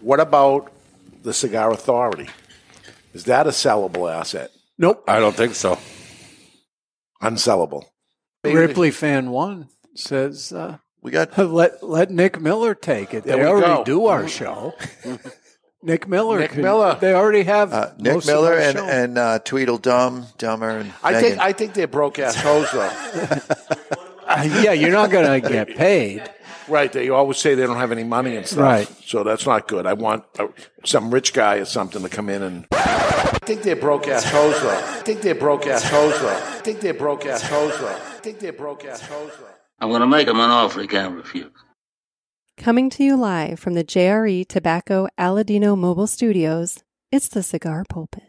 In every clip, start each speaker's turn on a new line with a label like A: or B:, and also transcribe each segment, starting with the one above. A: What about the Cigar Authority? Is that a sellable asset?
B: Nope.
C: I don't think so.
A: Unsellable.
B: Ripley fan one says, uh,
D: We got
B: "Let let Nick Miller take it. They
A: There we
B: already
A: go.
B: do our show." Nick Miller.
A: Nick
B: could-
A: Miller.
B: They already have
D: uh, Nick
B: most
D: Miller
B: of our
D: and,
B: show.
D: and uh, Tweedledum, Dumber, and
A: I
D: Megan.
A: think I think they're broke ass hoes though.
B: Uh, yeah, you're not going to get paid.
A: right? They always say they don't have any money and stuff.
B: Right.
A: So that's not good. I want uh, some rich guy or something to come in and. I think they're broke ass hoes though. I think they're broke ass hoes though. I think they're broke ass hoes though. I think they're broke ass hoes though.
E: I'm going to make him an offer he can't refuse.
F: Coming to you live from the JRE Tobacco Aladino Mobile Studios, it's the Cigar Pulpit.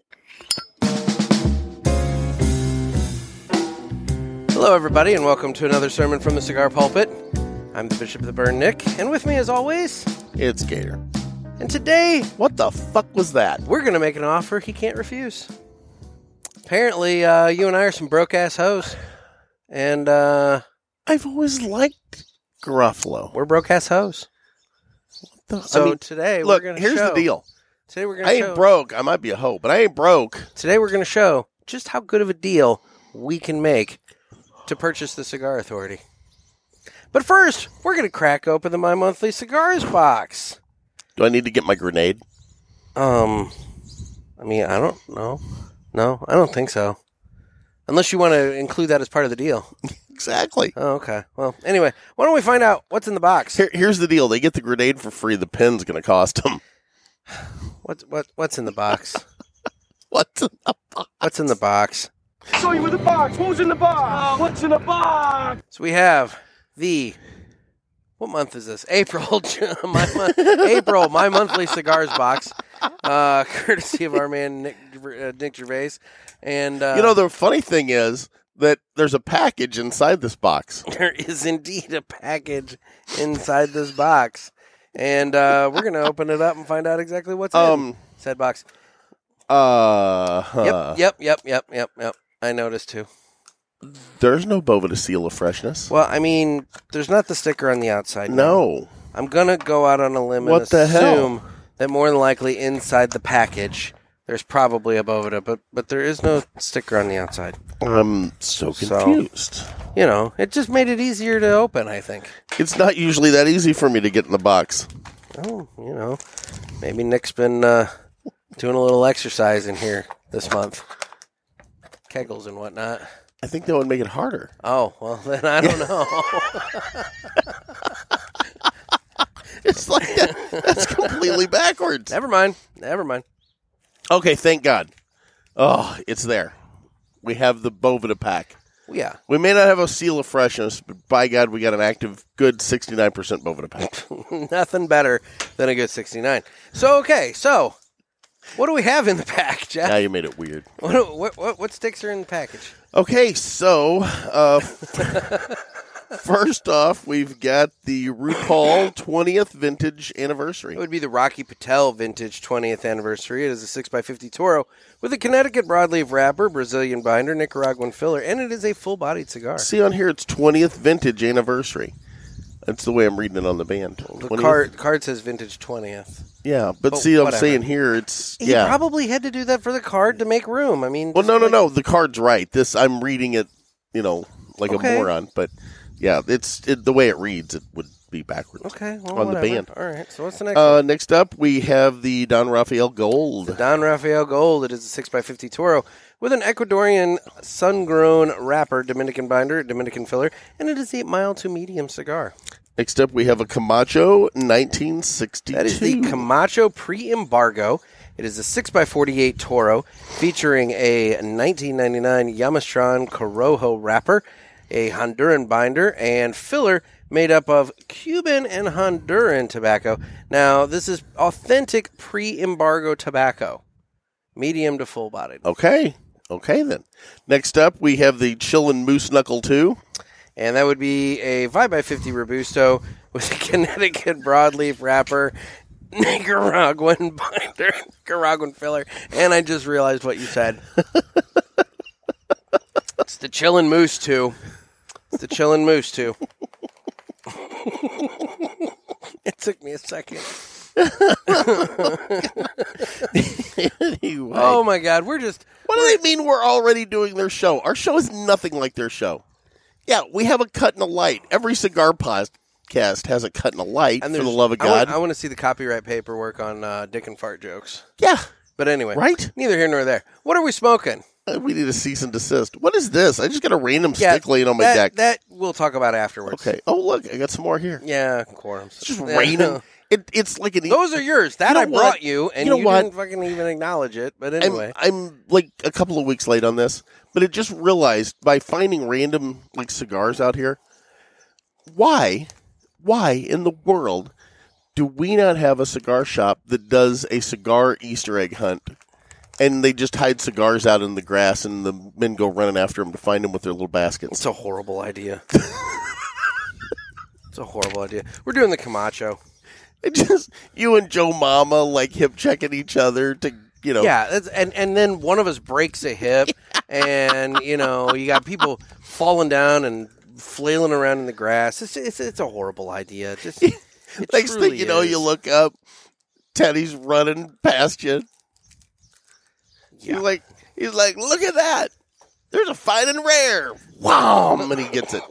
G: Hello, everybody, and welcome to another sermon from the Cigar Pulpit. I'm the Bishop of the Burn, Nick, and with me, as always,
D: it's Gator.
G: and today
D: What the fuck was that?
G: we're going to make an offer he can't refuse. Apparently, uh, you and I are some broke ass hoes, and uh,
D: I've always liked Gruffalo.
G: we're broke ass hoes. So today,
D: look,
G: we're gonna
D: here's
G: show,
D: the deal.
G: Today we're gonna
D: I
G: show,
D: ain't broke. I might be a hoe, but I ain't broke.
G: Today we're going to show just how good of a deal we can make to purchase the Cigar Authority. But first, we're going to crack open the My Monthly Cigars box.
D: Do I need to get my grenade?
G: Um, I mean, I don't know. No, I don't think so. Unless you want to include that as part of the deal.
D: Exactly.
G: Oh, okay. Well, anyway, why don't we find out what's in the box?
D: Here, here's the deal. They get the grenade for free. The pen's going to cost them.
G: What's what what's in the box?
D: What?
G: What's in the box? So you in the box. Who's in the box? what's in the box? So we have the what month is this? April, my month, April, my monthly cigars box, uh, courtesy of our man Nick uh, Nick Gervais, and uh,
D: you know, the funny thing is that there's a package inside this box.
G: there is indeed a package inside this box, and uh, we're gonna open it up and find out exactly what's in
D: Um,
G: said box. Yep,
D: uh, huh.
G: yep, yep, yep, yep, yep. I noticed too.
D: There's no Bova to seal of freshness.
G: Well, I mean, there's not the sticker on the outside.
D: No.
G: I'm gonna go out on a limb and
D: What the hell?
G: assume that more than likely inside the package there's probably a Boveda, but but there is no sticker on the outside.
D: I'm so
G: So-
D: confused.
G: You know, it just made it easier to open. I think.
D: It's not usually that easy for me to get in the box.
G: Oh, you know, maybe Nick's been uh, doing a little exercise in here this month, kegels and whatnot.
D: I think that would make it harder.
G: Oh well, then I don't know.
D: It's like that, that's completely backwards.
G: Never mind. Never mind.
D: Okay, thank God. Oh, it's there. We have the Bovida pack.
G: Yeah.
D: We may not have a seal of freshness, but by God, we got an active, good 69% Bovida pack.
G: Nothing better than a good 69. So, okay, so what do we have in the pack,
D: now
G: Jeff?
D: you made it weird.
G: What, do- what, what, what sticks are in the package?
D: Okay, so uh, first off, we've got the RuPaul 20th Vintage Anniversary.
G: It would be the Rocky Patel Vintage 20th Anniversary. It is a 6x50 Toro with a Connecticut broadleaf wrapper, Brazilian binder, Nicaraguan filler, and it is a full bodied cigar.
D: See on here, it's 20th Vintage Anniversary. That's the way I'm reading it on the band.
G: The
D: 20th
G: card, card says vintage 20th.
D: Yeah, but
G: But
D: see, I'm
G: Oh, whatever.
D: saying here it's
G: He
D: yeah.
G: probably had to do that for the card to make room. I mean,
D: well, no,
G: just
D: no,
G: like-
D: no. The card's right. This I'm reading it, you know, like
G: Okay.
D: a moron. But yeah, it's it, the way it reads. It would be backwards.
G: Okay, well,
D: on
G: whatever.
D: the band.
G: All right, so what's the next one?
D: Uh, next up, we have the Don Rafael Gold.
G: Don Rafael Gold. It is a 6x50 Toro with an Ecuadorian sun grown wrapper, Dominican binder, Dominican filler, and it is a mild to medium cigar.
D: Next up, we have a Camacho 1962.
G: That is the Camacho pre embargo. It is a 6x48 Toro featuring a 1999 Yamastron Corojo wrapper, a Honduran binder, and filler made up of Cuban and Honduran tobacco. Now, this is authentic pre embargo tobacco, medium to full bodied.
D: okay. Okay then. Next up, we have the Chillin' Moose Knuckle 2.
G: and that would be a 5x50 Robusto with a Connecticut broadleaf wrapper, Nicaraguan binder, Nicaraguan filler, and I just realized what you said. it's the Chillin' Moose 2. It's the Chillin' Moose 2. it took me a second.
D: anyway,
G: Oh my God, we're just
D: what do they mean we're already doing their show? Our show is nothing like their show. Yeah, we have a cut and a light. Every cigar podcast has a cut and a light,
G: and
D: for
G: there's-
D: the love of
G: I want-
D: God.
G: I want to see the copyright paperwork on uh, dick and fart jokes.
D: yeah,
G: But anyway,
D: Right?
G: Neither here nor there. What are we smoking?
D: Uh, we need a cease and desist. What is this? I just got a random stick laying on my
G: that,
D: deck.
G: That we'll talk about afterwards.
D: okay. Oh, look, I got some more here.
G: Yeah, quorums.
D: It's just
G: Yeah.
D: raining. It, it's like an.
G: Those are yours. That
D: You know
G: I
D: what?
G: brought you, and
D: You
G: you,
D: know what?
G: didn't fucking even acknowledge it. But
D: I'm,
G: anyway,
D: I'm like a couple of weeks late on this, but it just realized by finding random like cigars out here. Why, why in the world do we not have a cigar shop that does a cigar Easter egg hunt? And they just hide cigars out in the grass, and the men go running after them to find them with their little baskets.
G: it's a horrible idea. it's a horrible idea. We're doing the Camacho.
D: It just you and Joe Mama like hip checking each other to you know.
G: Yeah, that's, and and then one of us breaks a hip, and you know you got people falling down and flailing around in the grass. It's it's, it's a horrible idea. Just it
D: Next thing
G: truly
D: you know,
G: is.
D: you look up, Teddy's running past you.
G: Yeah.
D: He's like, he's like, look at that. There's a fine and rare. Wow, and he gets it.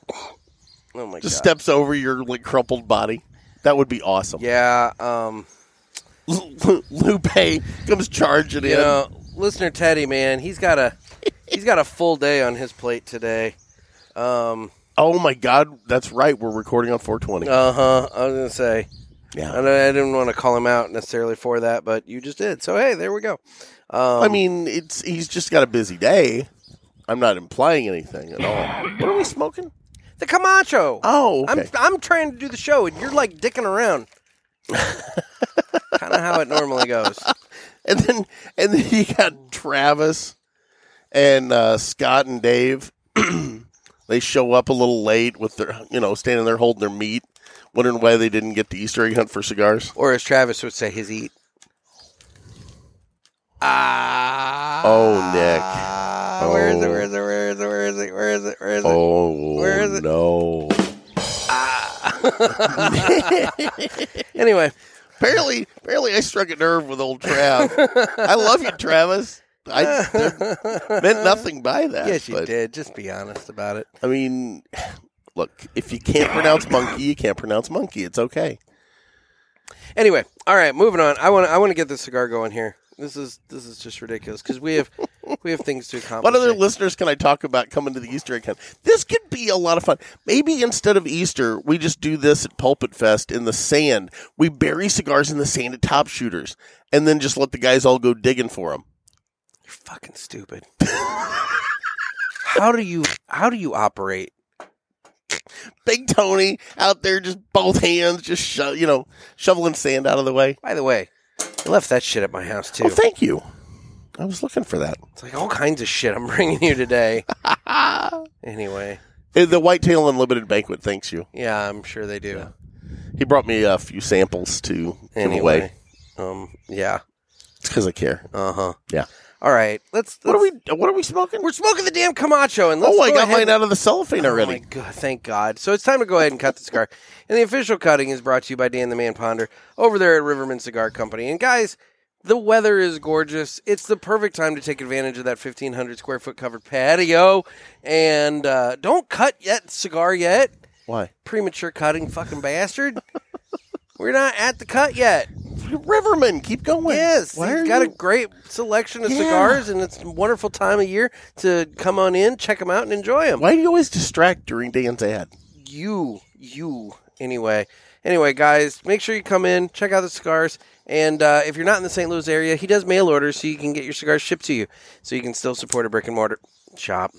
G: Oh my
D: Just
G: god.
D: steps over your like crumpled body. That would be awesome.
G: Yeah. Um.
D: L- L- Lupe comes charging
G: You
D: in.
G: know, listener Teddy, man, he's got a he's got a full day on his plate today. Um.
D: oh my God, that's right. We're recording on 420.
G: Uh huh. I was gonna say.
D: yeah.
G: I, don't- I didn't want to call him out necessarily for that, but you just did. So hey, there we go. Um,
D: I mean, it's he's just got a busy day. I'm not implying anything at all. What are we smoking?
G: the Camacho.
D: Oh, okay.
G: I'm I'm trying to do the show, and you're like dicking around. kind of how it normally goes.
D: and then and then you got Travis and uh, Scott and Dave. they show up a little late with their you know standing there holding their meat, wondering why they didn't get the Easter egg hunt for cigars.
G: Or as Travis would say, his eat. Ah.
D: Oh, Nick.
G: Ah, Where is it? Where is it? Where is it? Where is it? Where is it? Where is it?
D: Oh
G: Where is it? Ah.
D: no!
G: Anyway,
D: Apparently, apparently, I struck a nerve with old Trav. I love you, Travis. I meant nothing by that.
G: yes, you
D: but,
G: did. Just be honest about it.
D: I mean, look, if you can't pronounce monkey, you can't pronounce monkey. It's okay.
G: Anyway, all right, moving on. I want to I want to get this cigar going here. This is this is just ridiculous because we have we have things to accomplish.
D: What other
G: here.
D: listeners can I talk about coming to the Easter egg hunt? This could be a lot of fun. Maybe instead of Easter, we just do this at Pulpit Fest in the sand. We bury cigars in the sand at Top Shooters, and then just let the guys all go digging for them.
G: You're fucking stupid. how do you how do you operate?
D: Big Tony out there, just both hands, just sho- you know, shoveling sand out of the way.
G: By the way, I left that shit at my house too.
D: Oh, thank you. I was looking for that.
G: it's like all kinds of shit I'm bringing you today. anyway,
D: Uh, The Whitetail Unlimited Banquet thanks you.
G: yeah, I'm sure they do.
D: He brought me a few samples to give away.
G: Anyway, um, yeah,
D: It's because I care.
G: uh huh,
D: Yeah.
G: All right, let's.
D: What are
G: let's-
D: we? What are we smoking?
G: We're smoking the damn Camacho, and let's
D: oh, I
G: go
D: got
G: ahead
D: mine out of the cellophane already.
G: Oh my god! Thank God. So it's time to go ahead and cut the cigar. and the official cutting is brought to you by Dan the Man Ponder over there at Riverman Cigar Company. And guys, the weather is gorgeous. It's the perfect time to take advantage of that fifteen hundred square foot covered patio. And uh, don't cut yet cigar yet.
D: Why?
G: Premature cutting, fucking bastard. We're not at the cut yet.
D: Riverman, keep going.
G: Yes,
D: Why
G: he's
D: are
G: got
D: you-
G: a great selection of
D: Yeah.
G: cigars, and it's a wonderful time of year to come on in, check them out, and enjoy them.
D: Why do you always distract during Dan's ad?
G: you you anyway anyway guys make sure you come in check out the cigars and uh, if you're not in the st louis area he does mail order so you can get your cigars shipped to you so you can still support a brick and mortar shop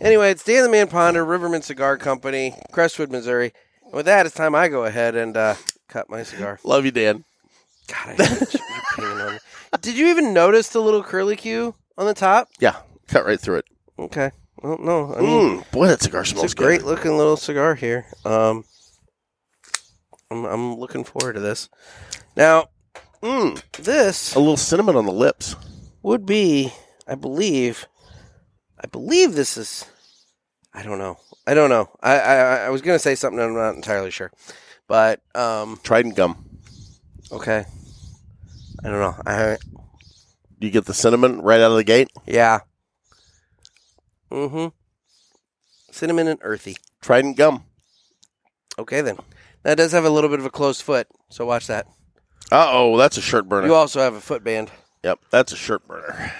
G: anyway it's dan the man ponder riverman cigar company crestwood missouri and with that it's time i go ahead and uh, cut my cigar
D: Love you, Dan.
G: god i hate you You're pinging on me. did you even notice the little curlicue on the top
D: Yeah, cut right through it.
G: okay well no i mean
D: Mm, boy, that cigar
G: it's
D: smells
G: a great looking little cigar here. Um, I'm, I'm looking forward to this. Now, hmm,
D: good. Mm,
G: this
D: a little cinnamon on the lips.
G: would be, I believe, I believe this is. I don't know. I don't know. I I, I- I was gonna say something. I'm not entirely sure, but um,
D: Trident gum.
G: okay. I don't know. I,
D: You get the cinnamon right out of the gate.
G: yeah. Mm-hmm. Cinnamon and earthy.
D: Trident gum.
G: Okay then. That does have a little bit of a closed foot, so watch that.
D: Uh oh, that's a shirt burner.
G: You also have a foot band.
D: Yep, that's a shirt burner.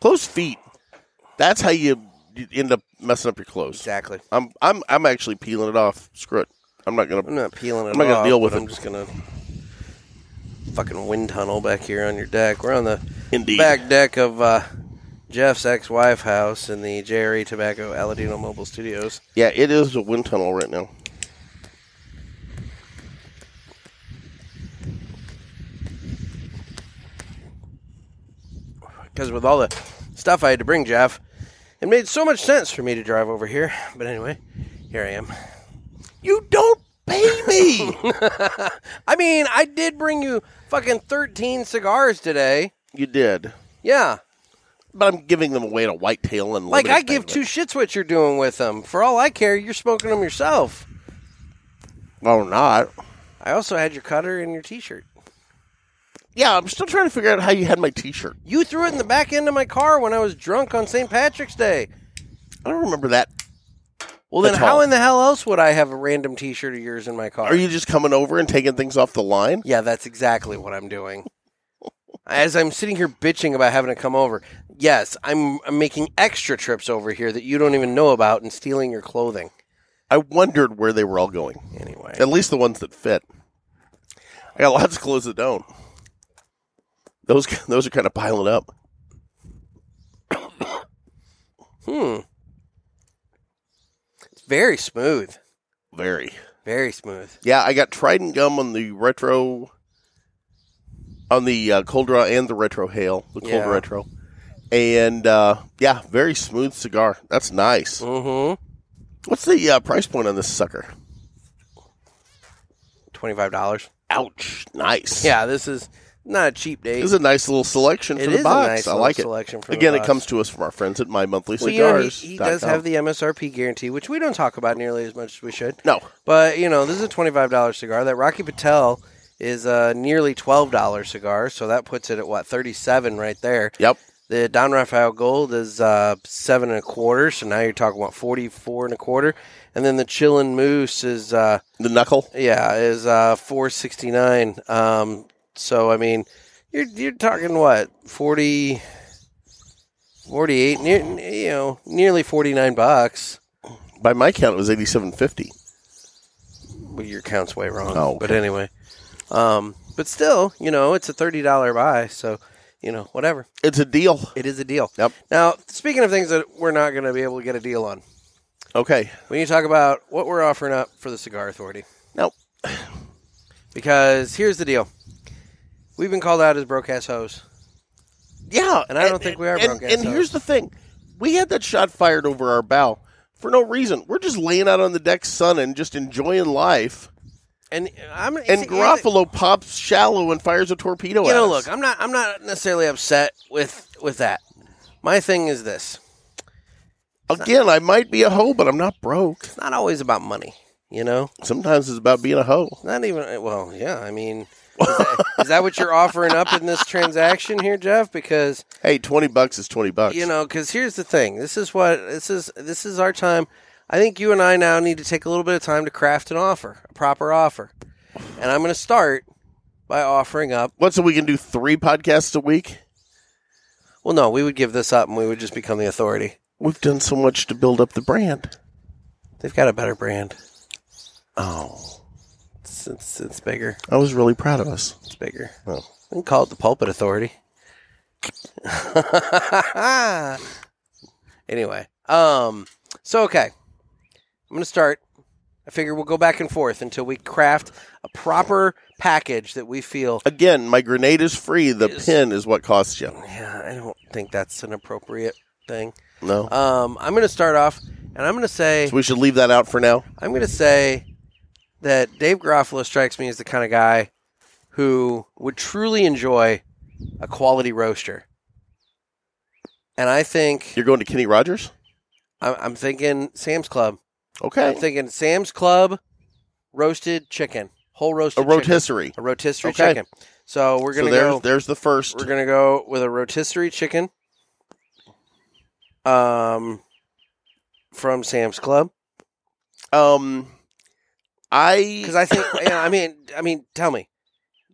D: Closed feet. That's how you you end up messing up your clothes.
G: Exactly.
D: I'm I'm I'm actually peeling it off. Screw it. I'm not gonna.
G: I'm not peeling it.
D: I'm not gonna
G: off,
D: deal with
G: but
D: it.
G: I'm just gonna fucking wind tunnel back here on your deck. We're on the
D: Indeed.
G: back deck of uh, Jeff's ex-wife house in the Jerry Tobacco Aladino Mobile Studios.
D: Yeah, it is a wind tunnel right now.
G: Because with all the stuff I had to bring Jeff, it made so much sense for me to drive over here. But anyway, here I am.
D: You don't pay me.
G: I mean, I did bring you fucking 13 cigars today.
D: you did,
G: Yeah.
D: but I'm giving them away to whitetail and
G: Like,
D: limited
G: I give two
D: time.
G: shits what you're doing with them. For all I care, you're smoking them yourself.
D: Well, we're not.
G: I also had your cutter and your t shirt.
D: Yeah, I'm still trying to figure out how you had my T-shirt.
G: You threw it in the back end of my car when I was drunk on St. Patrick's Day.
D: I don't remember that.
G: Well, then
D: That's
G: how
D: all.
G: in the hell else would I have a random t shirt of yours in my car?
D: Are you just coming over and taking things off the line?
G: Yeah, that's exactly what I'm doing. As I'm sitting here bitching about having to come over, yes, I'm, I'm making extra trips over here that you don't even know about and stealing your clothing.
D: I wondered where they were all going.
G: Anyway,
D: At least the ones that fit. I got lots of clothes that don't. Those those are kind of piling up.
G: Hmm. it's very smooth.
D: Very.
G: Very smooth.
D: Yeah, I got Trident gum on the retro, on the uh, cold draw and the retro hail, the cold
G: Yeah.
D: retro, and uh, yeah, very smooth cigar. That's nice.
G: Mm-hmm.
D: What's the uh, price point on this sucker?
G: Twenty-five dollars.
D: Ouch! Nice.
G: Yeah, this is not a cheap date.
D: This is a nice little selection
G: It
D: for
G: is
D: the
G: a
D: box.
G: nice
D: I
G: little
D: like it.
G: selection for the
D: Again,
G: box.
D: it comes to us from our friends at My Monthly
G: Well,
D: Cigars.
G: you know, he, he does have the MSRP guarantee, which we don't talk about nearly as much as we should.
D: No.
G: But, you know, this is a $25 cigar. That Rocky Patel is a nearly $12 cigar, so that puts it at, what, 37 right there.
D: Yep.
G: The Don Rafael Gold is uh, seven and a quarter, so now you're talking about 44 and a quarter. And then the Chillin' Moose is, uh,
D: The knuckle.
G: yeah, is uh, 469. Um, so, I mean, you're, you're talking what, 40, 48, near, you know, nearly 49 bucks.
D: By my count, it was eighty-seven fifty.
G: Well, your count's way wrong.
D: Oh, okay.
G: but anyway, um, but still, you know, it's a thirty dollar buy, so you know, whatever,
D: It's a deal.
G: it is a deal.
D: Yep.
G: Now, speaking of things that we're not going to be able to get a deal on,
D: Okay.
G: we need to talk about what we're offering up for the Cigar Authority,
D: Now,
G: because here's the deal: we've been called out as broadcast hoes.
D: yeah,
G: And I don't think we are
D: And,
G: broadcast
D: and
G: hoes.
D: here's the thing: we had that shot fired over our bow for no reason. We're just laying out on the deck, sunning, just enjoying life.
G: And I'm
D: And
G: it's-
D: Garofalo pops shallow and fires a torpedo.
G: you
D: at
G: know,
D: us.
G: look, I'm not I'm not necessarily upset with with that. My thing is this:
D: again, I might be a hoe, but I'm not broke.
G: it's not always about money, you know.
D: Sometimes it's about being a hoe.
G: Not even. Well, yeah. I mean, is that, is that what you're offering up in this transaction here, Jeff? Because
D: Hey, twenty bucks is twenty bucks.
G: you know, because here's the thing. This is what this is. This is our time. I think you and I now need to take a little bit of time to craft an offer, a proper offer. And I'm going to start by offering up.
D: What so we can do three podcasts a week?
G: Well, no, we would give this up and we would just become the authority.
D: We've done so much to build up the brand.
G: They've got a better brand.
D: Oh,
G: It's it's, it's bigger.
D: I was really proud of us.
G: It's bigger.
D: Oh.
G: We can call it the Pulpit Authority. anyway, um, so okay, I'm gonna start. I figure we'll go back and forth until we craft a proper package that we feel.
D: Again, my grenade is free. The
G: Yes.
D: pin is what costs you.
G: Yeah, I don't think that's an appropriate thing.
D: No,
G: Um, I'm gonna start off, and I'm gonna say,
D: so we should leave that out for now.
G: I'm gonna say that Dave Garofalo strikes me as the kind of guy who would truly enjoy a quality roaster. And I think
D: You're going to Kenny Rogers?
G: I'm, I'm thinking Sam's Club.
D: Okay.
G: I'm thinking Sam's Club roasted chicken. whole roast.
D: A rotisserie.
G: A rotisserie
D: Okay.
G: chicken. So we're
D: So
G: gonna
D: there's
G: go.
D: there's the first.
G: We're gonna go with a rotisserie chicken. Um, from Sam's Club
D: Um, I
G: because I think yeah, I mean I mean tell me,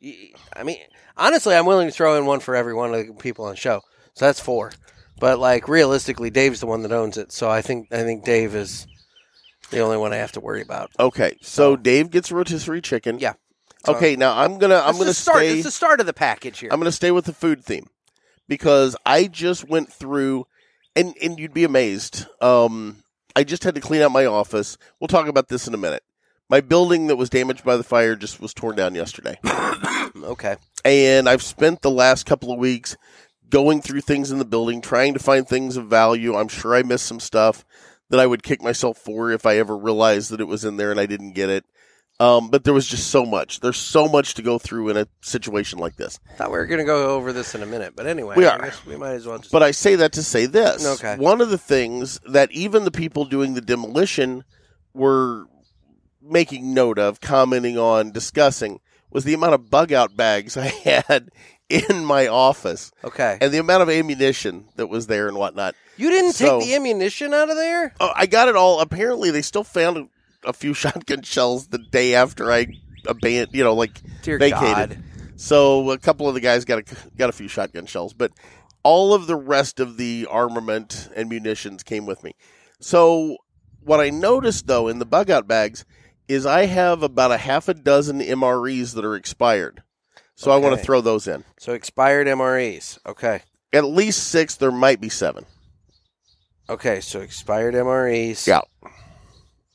G: Y- I mean honestly I'm willing to throw in one for every one of the people on the show, so that's four. But like realistically, Dave's the one that owns it, so I think I think Dave is the only one I have to worry about.
D: okay. So Dave gets a rotisserie chicken.
G: Yeah. So-
D: Okay. Now I'm gonna I'm
G: It's
D: gonna
G: the start.
D: stay.
G: It's the start of the package here.
D: I'm going to stay with the food theme because I just went through, and and you'd be amazed. Um, I just had to clean out my office. We'll talk about this in a minute. My building that was damaged by the fire just was torn down yesterday,
G: okay.
D: and I've spent the last couple of weeks going through things in the building, trying to find things of value. I'm sure I missed some stuff that I would kick myself for if I ever realized that it was in there and I didn't get it. Um, but there was just so much. There's so much to go through in a situation like this.
G: Thought we were gonna go over this in a minute, but anyway,
D: We
G: I
D: are.
G: guess we might as well. Just,
D: But I say that to say this.
G: Okay.
D: One of the things that even the people doing the demolition were making note of, commenting on, discussing was the amount of bug out bags I had in my office
G: okay,
D: and the amount of ammunition that was there and whatnot.
G: you didn't take
D: so-
G: the ammunition out of there.
D: Oh, I got it all. Apparently, they still found a few shotgun shells the day after I abandoned, you know, like
G: Dear
D: vacated.
G: God.
D: So a couple of the guys got a, got a few shotgun shells, but all of the rest of the armament and munitions came with me. So what I noticed though in the bug out bags is I have about a half a dozen MREs that are expired. So I want
G: Okay.
D: to throw those in.
G: So expired MREs. Okay,
D: At least six. There might be seven.
G: okay. So expired MREs.
D: Yeah.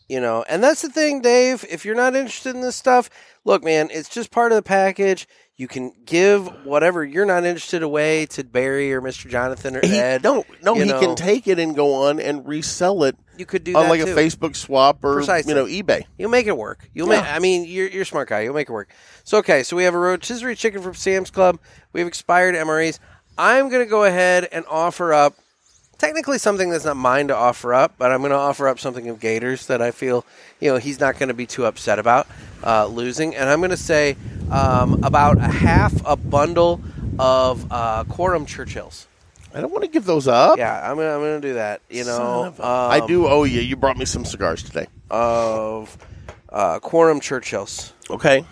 G: you know and that's the thing dave if you're not interested in this stuff look man it's just part of the package you can give whatever you're not interested away to barry or mr jonathan or
D: He,
G: ed
D: no, no,
G: you
D: he
G: know.
D: can take it and go on and resell it
G: you could do
D: on
G: that
D: like
G: too.
D: a Facebook swap or
G: Precisely.
D: you know eBay.
G: You'll make it work. You'll make. I mean, you're, you're a smart guy. You'll make it work. So okay, so we have a rotisserie chicken from Sam's Club. We have expired MREs. I'm gonna go ahead and offer up technically something that's not mine to offer up, but I'm gonna offer up something of Gators that I feel you know he's not gonna be too upset about uh, losing, and I'm gonna say um, about a half a bundle of uh, Quorum Churchills.
D: I don't want to give those up.
G: Yeah, I'm gonna I'm gonna do that. You know,
D: I
G: um,
D: do owe you. You brought me some cigars today.
G: of uh, Quorum Churchills.
D: Okay.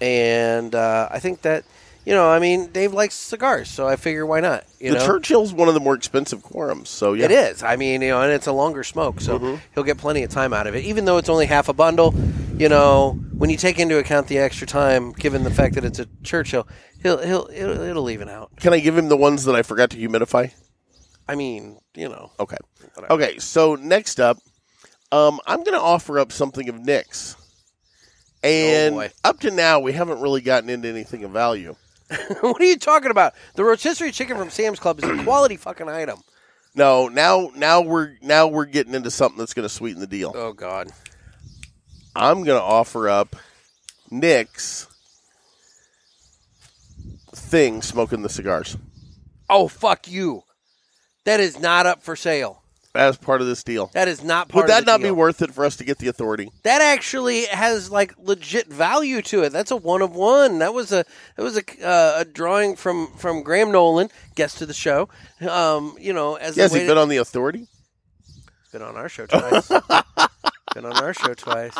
G: and uh, I think that you know, I mean, Dave likes cigars, so I figure why not? You
D: the
G: know,
D: Churchill's one of the more expensive quorums, so yeah. Mm-hmm.
G: it is. I mean, you know, and it's a longer smoke, so he'll get plenty of time out of it, even though it's only half a bundle. You know, when you take into account the extra time, given the fact that it's a Churchill, he'll he'll it'll, it'll even out.
D: Can I give him the ones that I forgot to humidify?
G: I mean, you know,
D: Okay. Okay, so next up, um, I'm going to offer up something of Nick's. And
G: Oh, boy.
D: up to now, we haven't really gotten into anything of value.
G: what are you talking about? The rotisserie chicken from Sam's Club is a quality fucking item.
D: No, now now we're now we're getting into something that's going to sweeten the deal.
G: Oh God,
D: I'm going to offer up Nick's thing smoking the cigars
G: oh fuck you, that is not up for sale.
D: as part of this deal.
G: That is not part.
D: Would that
G: of the
D: not
G: deal.
D: be worth it for us to get the authority?
G: that actually has like legit value to it. That's a one of one. That was a that was a, uh, a drawing from from Graham Nolan, guest to the show. Um, you know, as
D: Yes,
G: the
D: he's
G: way
D: been on the authority.
G: been on our show twice. been on our show twice.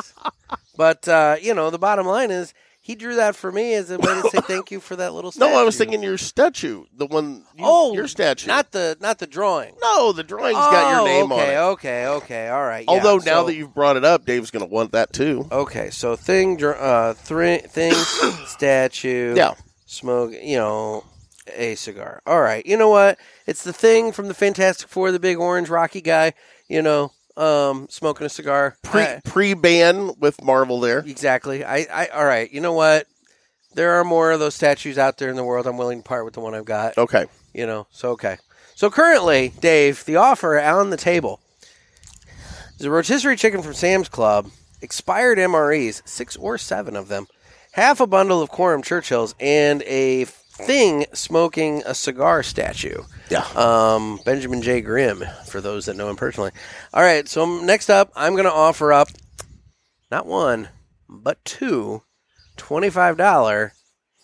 G: But uh, you know, the bottom line is he drew that for me as a way to say thank you for that little.
D: No,
G: Statue.
D: I was thinking your statue, the one. You,
G: oh,
D: your statue.
G: not the not the drawing.
D: no, the drawing's got your
G: Oh,
D: name on
G: okay,
D: it.
G: Okay, okay, all right. yeah,
D: Although now
G: so-
D: that you've brought it up, Dave's going to want that too.
G: Okay, so thing, dr- uh, thri- thing, statue,
D: Yeah.
G: smoke, you know, a cigar. All right, you know what? It's the thing from the Fantastic Four, the big orange rocky guy, you know, um, smoking a cigar.
D: Pre
G: I-
D: pre ban with Marvel there.
G: exactly. I, I, all right. You know what? There are more of those statues out there in the world. I'm willing to part with the one I've got.
D: Okay,
G: You know, so okay. So currently, Dave, the offer on the table is a rotisserie chicken from Sam's Club, expired MREs, six or seven of them, half a bundle of Quorum Churchills, and a thing smoking a cigar statue.
D: Yeah.
G: Um, Benjamin J. Grimm, for those that know him personally. All right, so next up, I'm going to offer up not one, but two $25,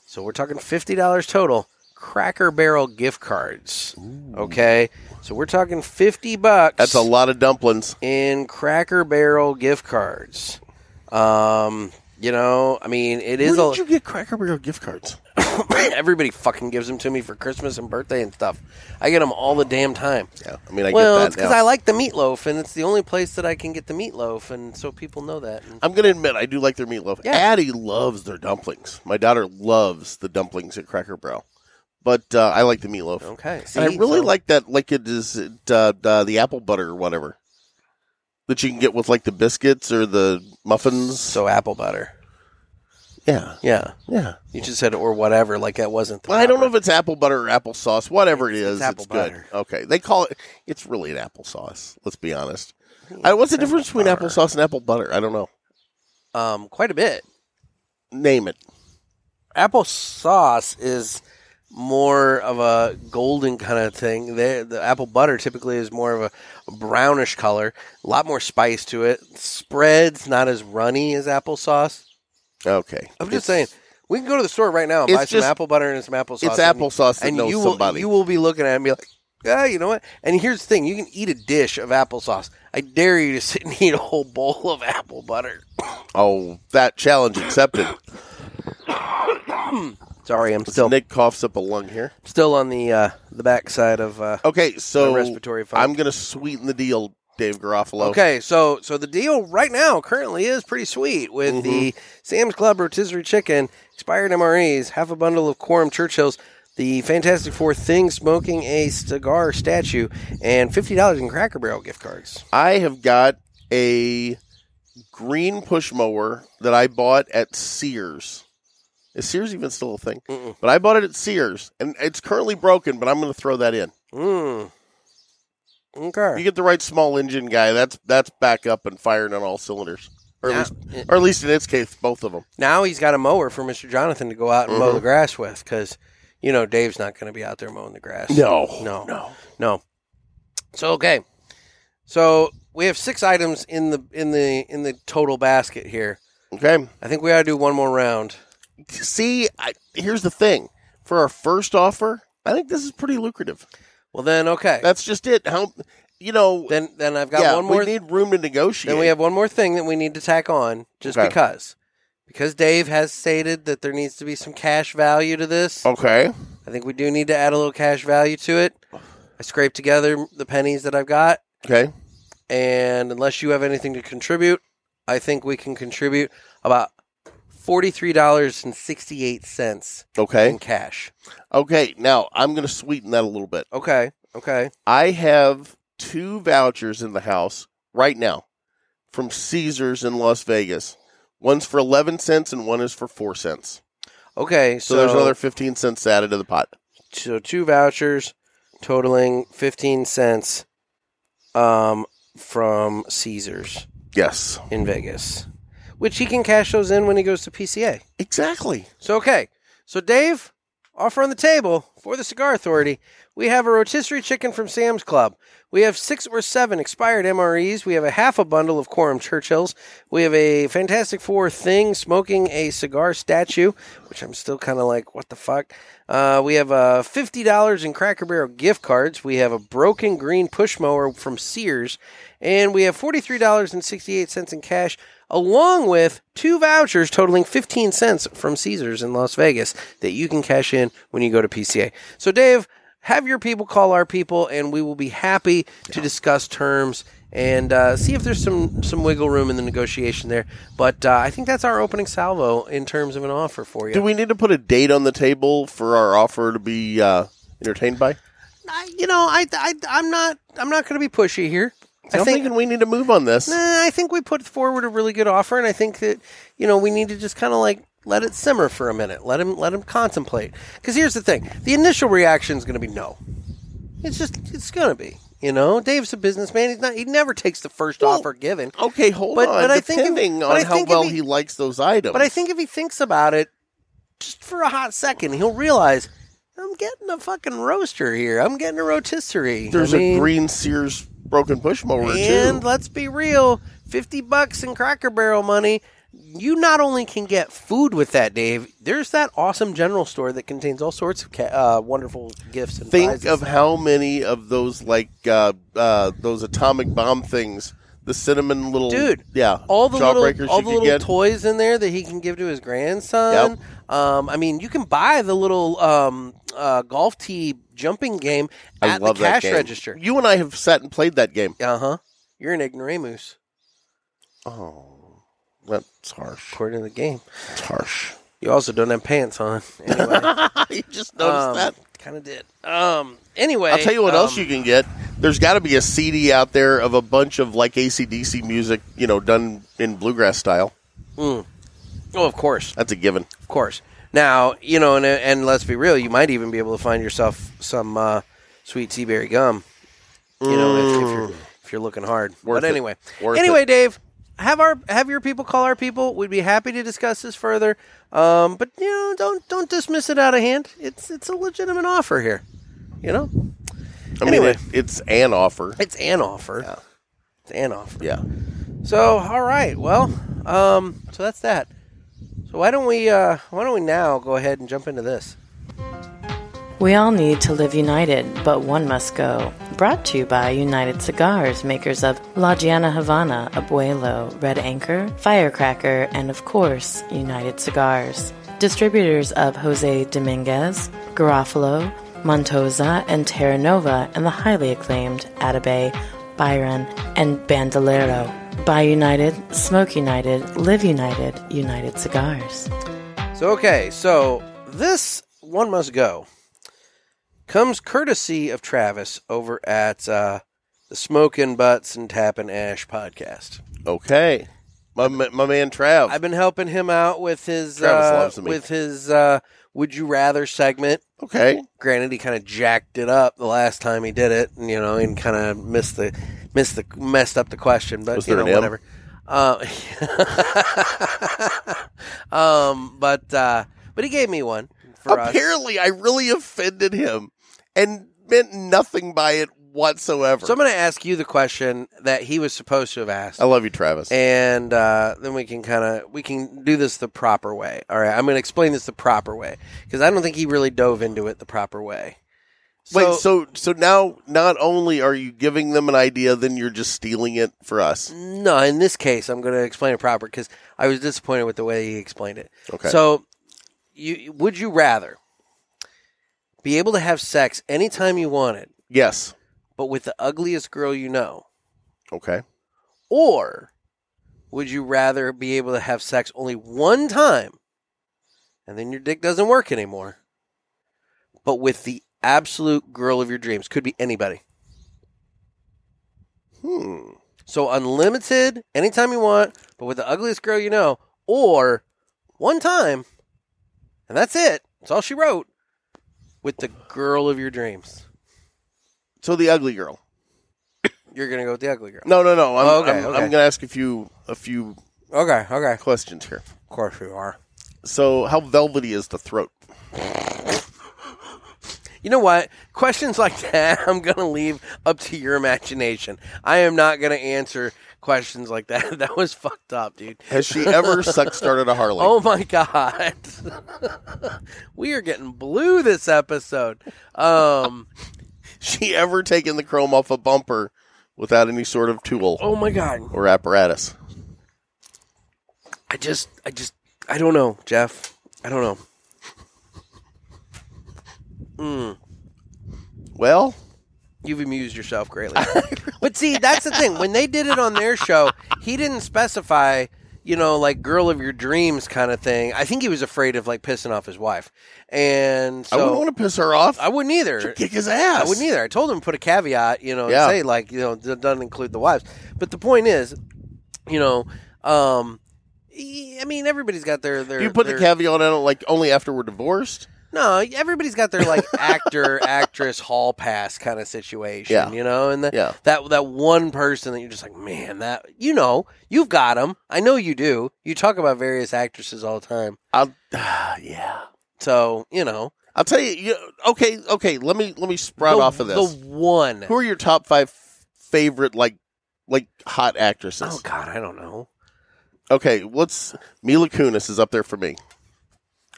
G: so we're talking $50 total, Cracker Barrel gift cards. Okay? So we're talking 50 bucks
D: That's a lot of dumplings.
G: in Cracker Barrel gift cards. Um, you know, I mean, it is
D: Where
G: a
D: did you get Cracker Barrel gift cards?
G: everybody fucking gives them to me for Christmas and birthday and stuff. I get them all the damn time.
D: Yeah, I mean, I
G: well,
D: get
G: it's
D: that
G: because
D: now.
G: I like the meatloaf, and it's the only place that I can get the meatloaf, and so people know that. And
D: I'm going to admit I do like their meatloaf.
G: Yeah.
D: Addie loves their dumplings. My daughter loves the dumplings at Cracker Barrel, but uh, I like the meatloaf.
G: okay,
D: And I
G: see,
D: really
G: so-
D: like that, like it is uh, uh, the apple butter or whatever that you can get with like the biscuits or the muffins.
G: so apple butter.
D: yeah,
G: Yeah,
D: yeah.
G: you just said or whatever, like that wasn't. The
D: Well, I don't know
G: proper-
D: if it's apple butter or applesauce, whatever it is. It's,
G: apple
D: good.
G: butter.
D: Okay, they call it. It's really an applesauce. Let's be honest. I, what's the difference between
G: butter.
D: applesauce and apple butter? I don't know.
G: um quite a bit.
D: Name it.
G: Apple sauce is more of a golden kind of thing. They, the apple butter typically is more of a brownish color, a lot more spice to it. Spreads not as runny as applesauce.
D: Okay.
G: I'm
D: It's-
G: just saying, we can go to the store right now and
D: It's
G: buy some
D: just-
G: apple butter and some applesauce.
D: It's
G: and-
D: applesauce that
G: and
D: knows
G: you will,
D: somebody.
G: You will be looking at it and be like, yeah, you know what? And here's the thing: you can eat a dish of applesauce. I dare you to sit and eat a whole bowl of apple butter.
D: oh, that challenge accepted.
G: Sorry, I'm still
D: Nick coughs up a lung here.
G: still on the uh, the backside of. Uh,
D: Okay, so
G: My respiratory funk.
D: I'm going to sweeten the deal, Dave Garofalo.
G: Okay, so so the deal right now currently is pretty sweet with the Sam's Club rotisserie chicken, expired MREs, half a bundle of Quorum Churchills, the Fantastic Four thing smoking a cigar statue, and fifty dollars in Cracker Barrel gift cards.
D: I have got a green push mower that I bought at Sears. Is Sears even still a thing?
G: Mm-mm.
D: But I bought it at Sears, and it's currently broken. But I'm going to throw that in.
G: Mm.
D: You
G: Okay.
D: get the right small engine guy. That's that's back up and firing on all cylinders, or at
G: Now,
D: least, or at least in its case, both of them.
G: now he's got a mower for Mr. Jonathan to go out and
D: Mm-hmm.
G: mow the grass with because, you know, Dave's not going to be out there mowing the grass. No.
D: no.
G: No. So okay. So we have six items in the in the in the total basket here.
D: Okay.
G: I think we ought to do one more round.
D: See, I, here's the thing. For our first offer, I think this is pretty lucrative.
G: Well then, okay.
D: That's just it. How you know?
G: then then I've got
D: yeah,
G: one more
D: We need room to negotiate.
G: then we have one more thing that we need to tack on just
D: Okay.
G: because. Because Dave has stated that there needs to be some cash value to this.
D: okay.
G: I think we do need to add a little cash value to it. I scraped together the pennies that I've got
D: Okay.
G: and unless you have anything to contribute, I think we can contribute about forty-three dollars and sixty-eight cents
D: Okay.
G: in cash.
D: Okay. Now I'm going to sweeten that a little bit.
G: Okay, okay.
D: I have two vouchers in the house right now from Caesars in Las Vegas. One's for eleven cents and one is for four cents.
G: Okay, so,
D: So, there's another fifteen cents added to the pot.
G: so two vouchers totaling fifteen cents um from Caesars
D: Yes.
G: in Vegas. Which he can cash those in when he goes to PCA.
D: Exactly.
G: So okay. So Dave, offer on the table for the Cigar Authority. We have a rotisserie chicken from Sam's Club. We have six or seven expired MREs. We have a half a bundle of Quorum Churchills. We have a Fantastic Four thing smoking a cigar statue, which I'm still kind of like, what the fuck? Uh, we have uh, $50 in Cracker Barrel gift cards. We have a broken green push mower from Sears. And we have $43.68 in cash, along with two vouchers totaling 15 cents from Caesars in Las Vegas that you can cash in when you go to PCA. So, Dave, have your people call our people, and we will be happy to discuss terms and uh, see if there's some, some wiggle room in the negotiation there. But uh, I think that's our opening salvo in terms of an offer for you.
D: Do we need to put a date on the table for our offer to be uh, entertained by?
G: I, you know, I, I, I'm not, I'm not going to be pushy here. I
D: I'm
G: think,
D: thinking we need to move on this.
G: Nah, I think we put forward a really good offer, and I think that you know we need to just kind of like let it simmer for a minute, let him let him contemplate. Because here's the thing: the initial reaction is going to be no. It's just it's going to be. You know, Dave's a businessman. He's not. He never takes the first
D: Well,
G: offer given.
D: Okay, hold
G: But-
D: on.
G: but I think if-
D: Depending
G: but
D: on
G: I
D: how
G: think if
D: well
G: he-
D: he likes those items.
G: But I think if he thinks about it just for a hot second, he'll realize I'm getting a fucking roaster here. I'm getting a rotisserie.
D: there's
G: I mean,
D: a green Sears broken push mower
G: And
D: too.
G: let's be real, fifty bucks in Cracker Barrel money You not only can get food with that, Dave. There's that awesome general store that contains all sorts of ca- uh, wonderful gifts and
D: Think
G: prizes.
D: of how many of those like uh, uh, those atomic bomb things, the cinnamon little
G: dude.
D: yeah,
G: all the
D: jawbreakers
G: little, all
D: you
G: the
D: could
G: little
D: get.
G: toys in there that he can give to his grandson. Um, I mean, you can buy the little um, uh, golf tee jumping game
D: I
G: at
D: love
G: the cash
D: that game.
G: register.
D: You and I have sat and played that game.
G: Uh huh. You're an ignoramus,
D: Oh, that's harsh.
G: according to the game.
D: That's harsh.
G: You also don't have pants on. Anyway,
D: you just noticed
G: Um,
D: that.
G: Kind of did. Um. Anyway,
D: I'll tell you what
G: um,
D: else you can get. There's got to be a CD out there of a bunch of like ACDC music, you know, done in bluegrass style.
G: Oh, of course,
D: That's a given.
G: of course. Now you know, and and let's be real. You might even be able to find yourself some uh, sweet tea berry gum. You know, if, if you're if you're looking hard.
D: Worth
G: but
D: it.
G: anyway,
D: Worth
G: anyway, Dave, have our have your people call our people. We'd be happy to discuss this further. Um, but you know, don't don't dismiss it out of hand. It's it's a legitimate offer here. You know,
D: I
G: Anyway.
D: mean, it, it's an offer.
G: it's an offer. It's an offer.
D: Yeah.
G: So, all right. Well, um, so that's that. So why don't we uh, why don't we now go ahead and jump into this?
C: We all need to live united, but one must go. Brought to you by United Cigars, makers of La Giana Havana, Abuelo, Red Anchor, Firecracker, and of course, United Cigars. Distributors of Jose Dominguez, Garofalo, Montosa, and Terra Nova, and the highly acclaimed Atabay, Byron, and Bandolero. Buy United, Smoke United, Live United, United Cigars.
G: So okay, so this one must go comes courtesy of Travis over at uh, the Smoking Butts and Tapping Ash podcast.
D: Okay. My ma- my man Trav.
G: I've been helping him out with his
D: Oh. Travis
G: uh,
D: loves me.
G: with his uh, Would You Rather segment.
D: okay.
G: granted he kind of jacked it up the last time he did it and you know and kind of missed the missed the messed up the question but
D: Was
G: you
D: there
G: know
D: an M?
G: whatever uh, um but uh but he gave me one for us.
D: Apparently, I really offended him and meant nothing by it whatsoever.
G: so i'm going to ask you the question that he was supposed to have asked
D: I love you, Travis.
G: and uh, then we can kind of we can do this the proper way. All right, I'm going to explain this the proper way because I don't think he really dove into it the proper way.
D: Wait, so so now not only are you giving them an idea, then you're just stealing it for us.
G: No, in this case, I'm going to explain it proper because I was disappointed with the way he explained it.
D: Okay.
G: So, you would you rather be able to have sex anytime you wanted,
D: Yes.
G: but with the ugliest girl you know,
D: Okay.
G: or would you rather be able to have sex only one time, and then your dick doesn't work anymore, but with the absolute girl of your dreams? Could be anybody.
D: Hmm.
G: So unlimited, anytime you want, but with the ugliest girl you know, or one time, and that's it. That's all she wrote. With the girl of your dreams,
D: So the ugly girl.
G: you're gonna go with the ugly girl.
D: No, no, no. I'm,
G: Oh, okay, okay.
D: I'm, I'm going to ask a few a few
G: Okay, okay. Of
D: questions here.
G: course you are.
D: So, how velvety is the throat?
G: You know what? Questions like that, I'm gonna leave up to your imagination. I am not gonna answer questions like that. That was fucked up, dude.
D: Has she ever sex started a Harley?
G: Oh my god. we are getting blue this episode. Um.
D: She ever taken the chrome off a bumper without any sort of tool
G: Oh my god.
D: or apparatus?
G: I just, I just, I don't know, Jeff. I don't know.
D: Well,
G: You've amused yourself greatly. but see, that's the thing. When they did it on their show, he didn't specify, you know, like girl of your dreams kind of thing. I think he was afraid of like pissing off his wife. And so
D: I wouldn't want to piss her off.
G: I wouldn't either.
D: kick his ass.
G: I wouldn't either. I told him to put a caveat, you know,
D: Yeah.
G: and say like, you know, d- doesn't include the wives. But the point is, you know, um, y- I mean, everybody's got their their.
D: Do you put
G: their,
D: the caveat on it like only after we're divorced?
G: No, everybody's got their like actor, actress, hall pass kind of situation,
D: Yeah.
G: you know, and the,
D: Yeah.
G: that that one person that you're just like, man, that you know, you've got them. I know you do. You talk about various actresses all the time,
D: I'll, yeah.
G: so you know,
D: I'll tell you, you. Okay, okay. Let me let me sprout
G: the,
D: off of this.
G: the one.
D: Who are your top five favorite like like hot actresses?
G: Oh God, I don't know.
D: Okay, let's. Mila Kunis is up there for me.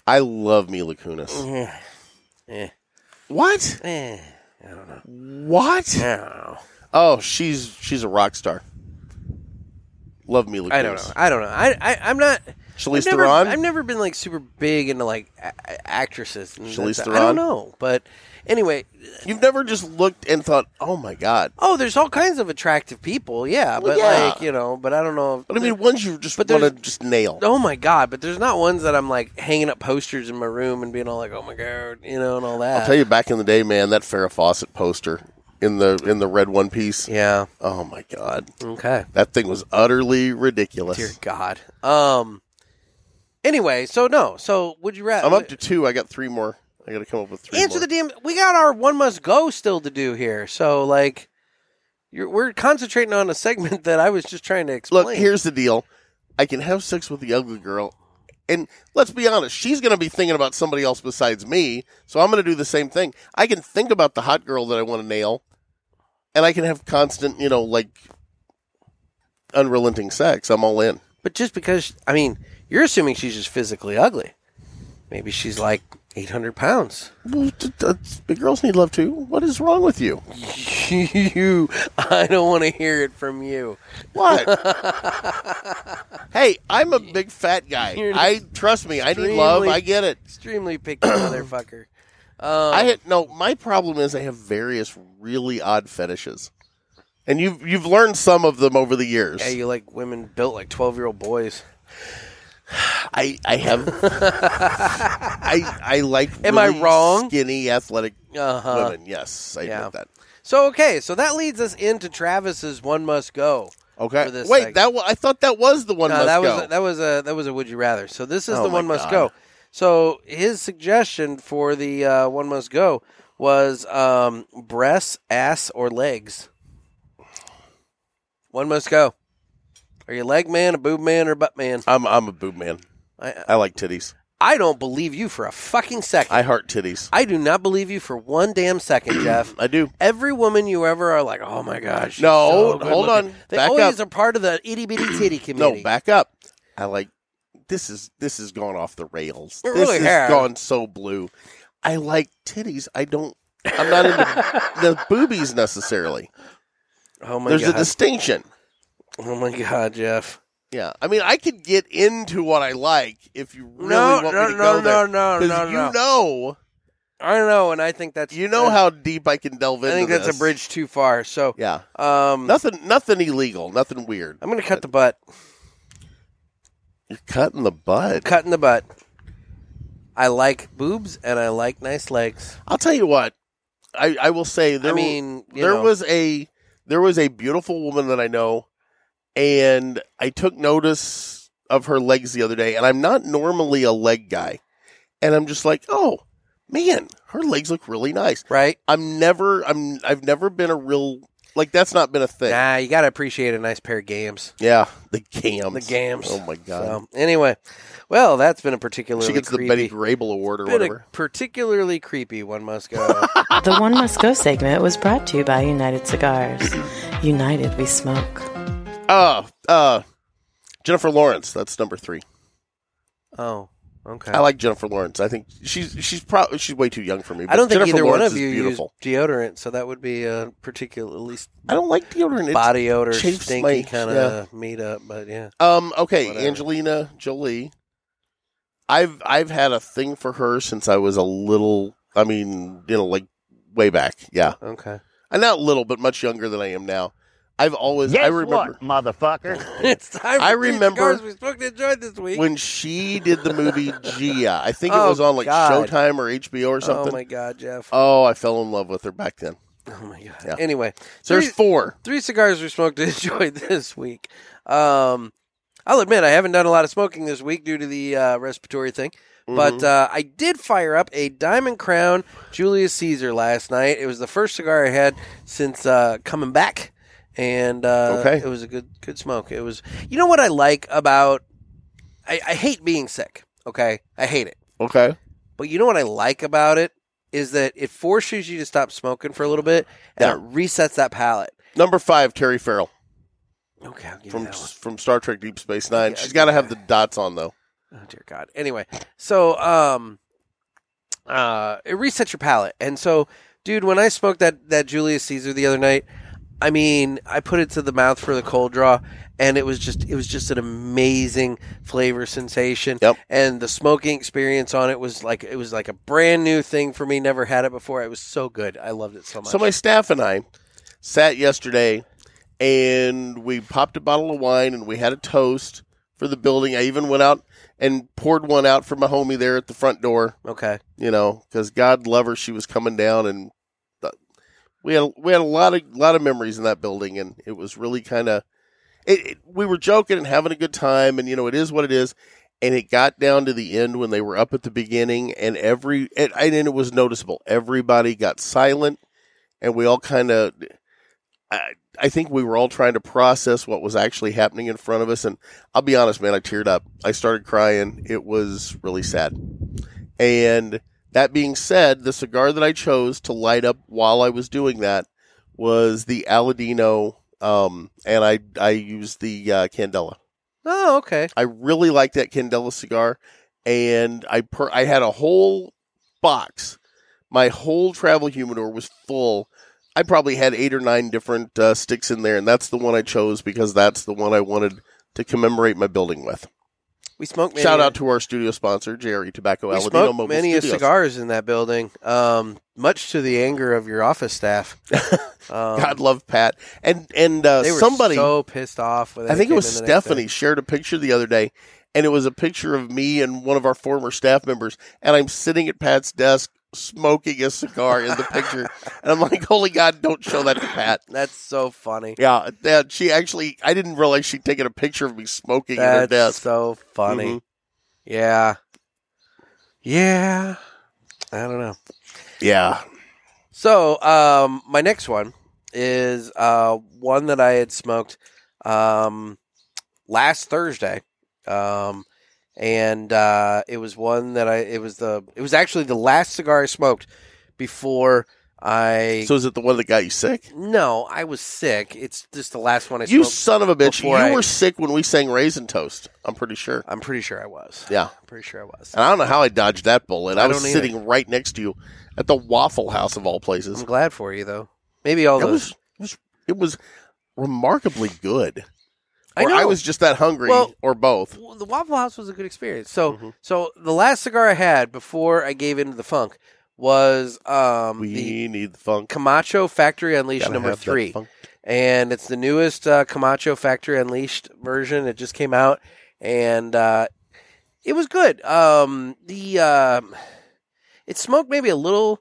D: I love Mila Kunis.
G: Eh.
D: What?
G: Eh,
D: What?
G: I don't know.
D: Oh, she's she's a rock star. Love Mila. Kunis.
G: I don't know. I don't know. I, I I'm not.
D: Charlize
G: I've never,
D: Theron?
G: I've never been like super big into like a- a- actresses. and
D: Charlize
G: that's- I don't
D: Theron?
G: know, but anyway.
D: You've never just looked and thought, "Oh my god."
G: Oh, there's all kinds of attractive people. Yeah,
D: Well,
G: but
D: yeah.
G: like you know, but I don't know. If,
D: But I mean, ones you just
G: But
D: want
G: there's-
D: to just nail.
G: Oh my god! But there's not ones that I'm like hanging up posters in my room and being all like, "Oh my god," you know, and all that.
D: I'll tell you, back in the day, man, that Farrah Fawcett poster in the in the red one piece.
G: Yeah.
D: Oh my god,
G: Okay.
D: that thing was utterly ridiculous.
G: Dear God. Um. Anyway, so no. So would you rather?
D: I'm up to two. I got three more. I got to come up with three.
G: Uh, answer
D: more.
G: the damn. We got our one must go still to do here. So like, you're, we're concentrating on a segment that I was just trying to explain.
D: Look, here's the deal. I can have sex with the ugly girl, and let's be honest, she's going to be thinking about somebody else besides me. So I'm going to do the same thing. I can think about the hot girl that I want to nail, and I can have constant, you know, like unrelenting sex. I'm all in.
G: But just because I mean, you're assuming she's just physically ugly. Maybe she's like 800 pounds.
D: Well, t- t- Big girls need love too. What is wrong with you?
G: you, I don't want to hear it from you.
D: What? hey, I'm a big fat guy.
G: You're
D: I trust me. I need love.
G: extremely-
D: I get it.
G: Extremely picky motherfucker. Um,
D: I had no. My problem is I have various really odd fetishes, and you've you've learned some of them over the years.
G: Yeah, you like women built like 12 year old boys.
D: I I have. I I like.
G: Am I
D: really
G: wrong?
D: Skinny, athletic
G: Uh-huh.
D: women. Yes, I
G: Yeah.
D: admit that.
G: So okay, so that leads us into Travis's one must go.
D: Okay.
G: For this
D: Wait,
G: segment.
D: that wa- I thought that was the one.
G: No,
D: must
G: that
D: go.
G: was a, that was a that was a would you rather. So this is
D: Oh
G: the
D: my
G: one must
D: God.
G: go. So his suggestion for the uh, one must go was um, breasts, ass, or legs. One must go. Are you a leg man, a boob man, or butt man?
D: I'm I'm a boob man.
G: I
D: I like titties.
G: I don't believe you for a fucking second.
D: I heart titties.
G: I do not believe you for one damn second, Jeff.
D: I do.
G: Every woman you ever are like, oh my gosh. she's
D: No,
G: so good
D: hold
G: looking."
D: on.
G: They
D: Back
G: always
D: up.
G: are part of the itty bitty titty community.
D: No, back up. I like this is this has gone off the rails.
G: It
D: this
G: really
D: has
G: has.
D: gone so blue. I like titties. I don't. I'm not into the boobies necessarily.
G: Oh my
D: There's
G: god.
D: a distinction.
G: oh my god, Jeff.
D: Yeah, I mean, I could get into what I like if you really
G: No,
D: want
G: no,
D: me
G: no,
D: to go
G: no,
D: there.
G: no,
D: 'Cause
G: no,
D: you
G: no.
D: know,
G: I know, and I think that's eh,
D: you know how deep I can delve
G: I
D: into.
G: think that's
D: this.
G: a bridge too far. So
D: Yeah,
G: um
D: nothing, nothing illegal, nothing weird.
G: I'm gonna cut the butt.
D: You're cutting the bud.
G: Cutting the butt. I like boobs and I like nice legs.
D: I'll tell you what. I, I will say there.
G: I mean, you
D: there
G: know.
D: was a there was a beautiful woman that I know, and I took notice of her legs the other day. And I'm not normally a leg guy, and I'm just like, oh man, her legs look really nice.
G: Right?
D: I'm never I'm I've never been a real like that's not been a thing.
G: Nah, you gotta appreciate a nice pair of gams.
D: Yeah, the gams,
G: The gams.
D: Oh my god,
G: So, anyway, well, that's been a particularly
D: she gets the
G: creepy,
D: Betty Grable Award or
G: been a
D: whatever.
G: particularly creepy one must go.
C: The One Must Go segment was brought to you by United Cigars. United, we smoke.
D: Uh, uh, Jennifer Lawrence. That's number three.
G: oh, okay.
D: I like Jennifer Lawrence. I think she's she's probably she's way too young for me.
G: I don't
D: but
G: think
D: Jennifer
G: either one
D: Lawrence
G: of
D: is
G: you used
D: beautiful.
G: deodorant, so that would be a particular, at least
D: I don't like deodorant. It's-
G: body odor,
D: chafes
G: stinky
D: my-
G: kind of meetup. But yeah,
D: um. Okay,
G: Whatever.
D: Angelina Jolie. I've I've had a thing for her since I was a little. I mean, you know, like way back. Yeah,
G: okay.
D: I'm not little, but much younger than I am now. I've always I remember
H: motherfucker?
G: it's time.
D: I
G: for Tea
D: remember-
G: Cigars we smoked and enjoyed this week.
D: when she did the movie Gia. I think it
G: Oh,
D: was on like
G: God.
D: Showtime or HBO or something.
G: Oh my god, Jeff.
D: Oh, I fell in love with her back then.
G: oh my god.
D: yeah.
G: Anyway,
D: So there's
G: three-
D: four.
G: three cigars we smoked and enjoyed this week. Um, I'll admit I haven't done a lot of smoking this week due to the uh, respiratory thing, but
D: Mm-hmm.
G: uh, I did fire up a Diamond Crown Julius Caesar last night. It was the first cigar I had since uh, coming back, and uh,
D: Okay.
G: it was a good good smoke. It was you know what I like about I, I hate being sick. Okay, I hate it.
D: Mm-hmm. Okay.
G: But you know what I like about it is that it forces you to stop smoking for a little bit and
D: Yeah.
G: it resets that palate.
D: Number five, Terry Farrell.
G: Okay, I'll give
D: from
G: you that one.
D: from Star Trek Deep Space Nine. She's got to have the dots on though.
G: Oh dear God. Anyway, so um, uh, it resets your palate, and so, dude, when I smoked that that Julius Caesar the other night, I mean, I put it to the mouth for the cold draw, and it was just it was just an amazing flavor sensation.
D: Yep.
G: And the smoking experience on it was like it was like a brand new thing for me. Never had it before. It was so good. I loved it so much.
D: So my staff and I sat yesterday, and we popped a bottle of wine and we had a toast for the building. I even went out and poured one out for my homie there at the front door.
G: okay.
D: You know, because God love her, she was coming down, and th- we had we had a lot of lot of memories in that building, and it was really kind of. It, it, we were joking and having a good time, and you know it is what it is. And it got down to the end when they were up at the beginning, and every and, and it was noticeable. Everybody got silent, and we all kind of. I, I think we were all trying to process what was actually happening in front of us, and I'll be honest, man, I teared up. I started crying. It was really sad. And that being said, the cigar that I chose to light up while I was doing that was the Aladino, um, and I I used the uh, Candela.
G: Oh, okay.
D: I really like that Candela cigar, and I per- I had a whole box. My whole travel humidor was full. I probably had eight or nine different uh, sticks in there, and that's the one I chose because that's the one I wanted to commemorate my building with.
G: We smoked.
D: Shout
G: many-
D: out to our studio sponsor, Jerry Tobacco
G: We
D: Aladino
G: smoked
D: Mobile
G: many
D: Studios.
G: cigars in that building, um, much to the anger of your office staff. Um,
D: God love Pat and and uh,
G: they were
D: somebody.
G: so pissed off. When
D: I
G: they
D: think it
G: came
D: was
G: in the next day.
D: Stephanie shared a picture the other day, and it was a picture of me and one of our former staff members, and I'm sitting at Pat's desk smoking a cigar in the picture, and I'm like, "Holy God, don't show that to Pat."
G: That's so funny.
D: Yeah, that she actually, I didn't realize she'd taken a picture of me smoking at her
G: That's
D: desk.
G: so funny.
D: Mhm.
G: Yeah, yeah. I don't know.
D: Yeah,
G: So, um, my next one is uh, one that I had smoked um, last Thursday, um, and uh, it was one that I it was the it was actually the last cigar I smoked before I.
D: so is it the one that got you sick?
G: no, I was sick. It's just the last one I
D: You
G: smoked.
D: son of a bitch! You
G: before I-
D: were sick when we sang "Raisin Toast." I'm pretty sure.
G: I'm pretty sure I was.
D: Yeah.
G: I'm pretty sure I was.
D: And I don't know how I dodged that bullet. I,
G: I
D: was
G: don't either.
D: sitting right next to you at the Waffle House of all places.
G: I'm glad for you though. Maybe all
D: That
G: those.
D: was, was it was remarkably good.
G: I
D: Or
G: know.
D: was just that hungry,
G: Well- oh,
D: or both. Mm-hmm.
G: Well, the Waffle House was a good experience. So, so the last cigar I had before I gave into the funk was um,
D: We
G: the
D: need the funk.
G: Camacho Factory Unleashed
D: Gotta
G: number
D: have that
G: three,
D: funk.
G: and it's the newest uh, Camacho Factory Unleashed version. It just came out, and uh, it was good. Um, the um it smoked maybe a little.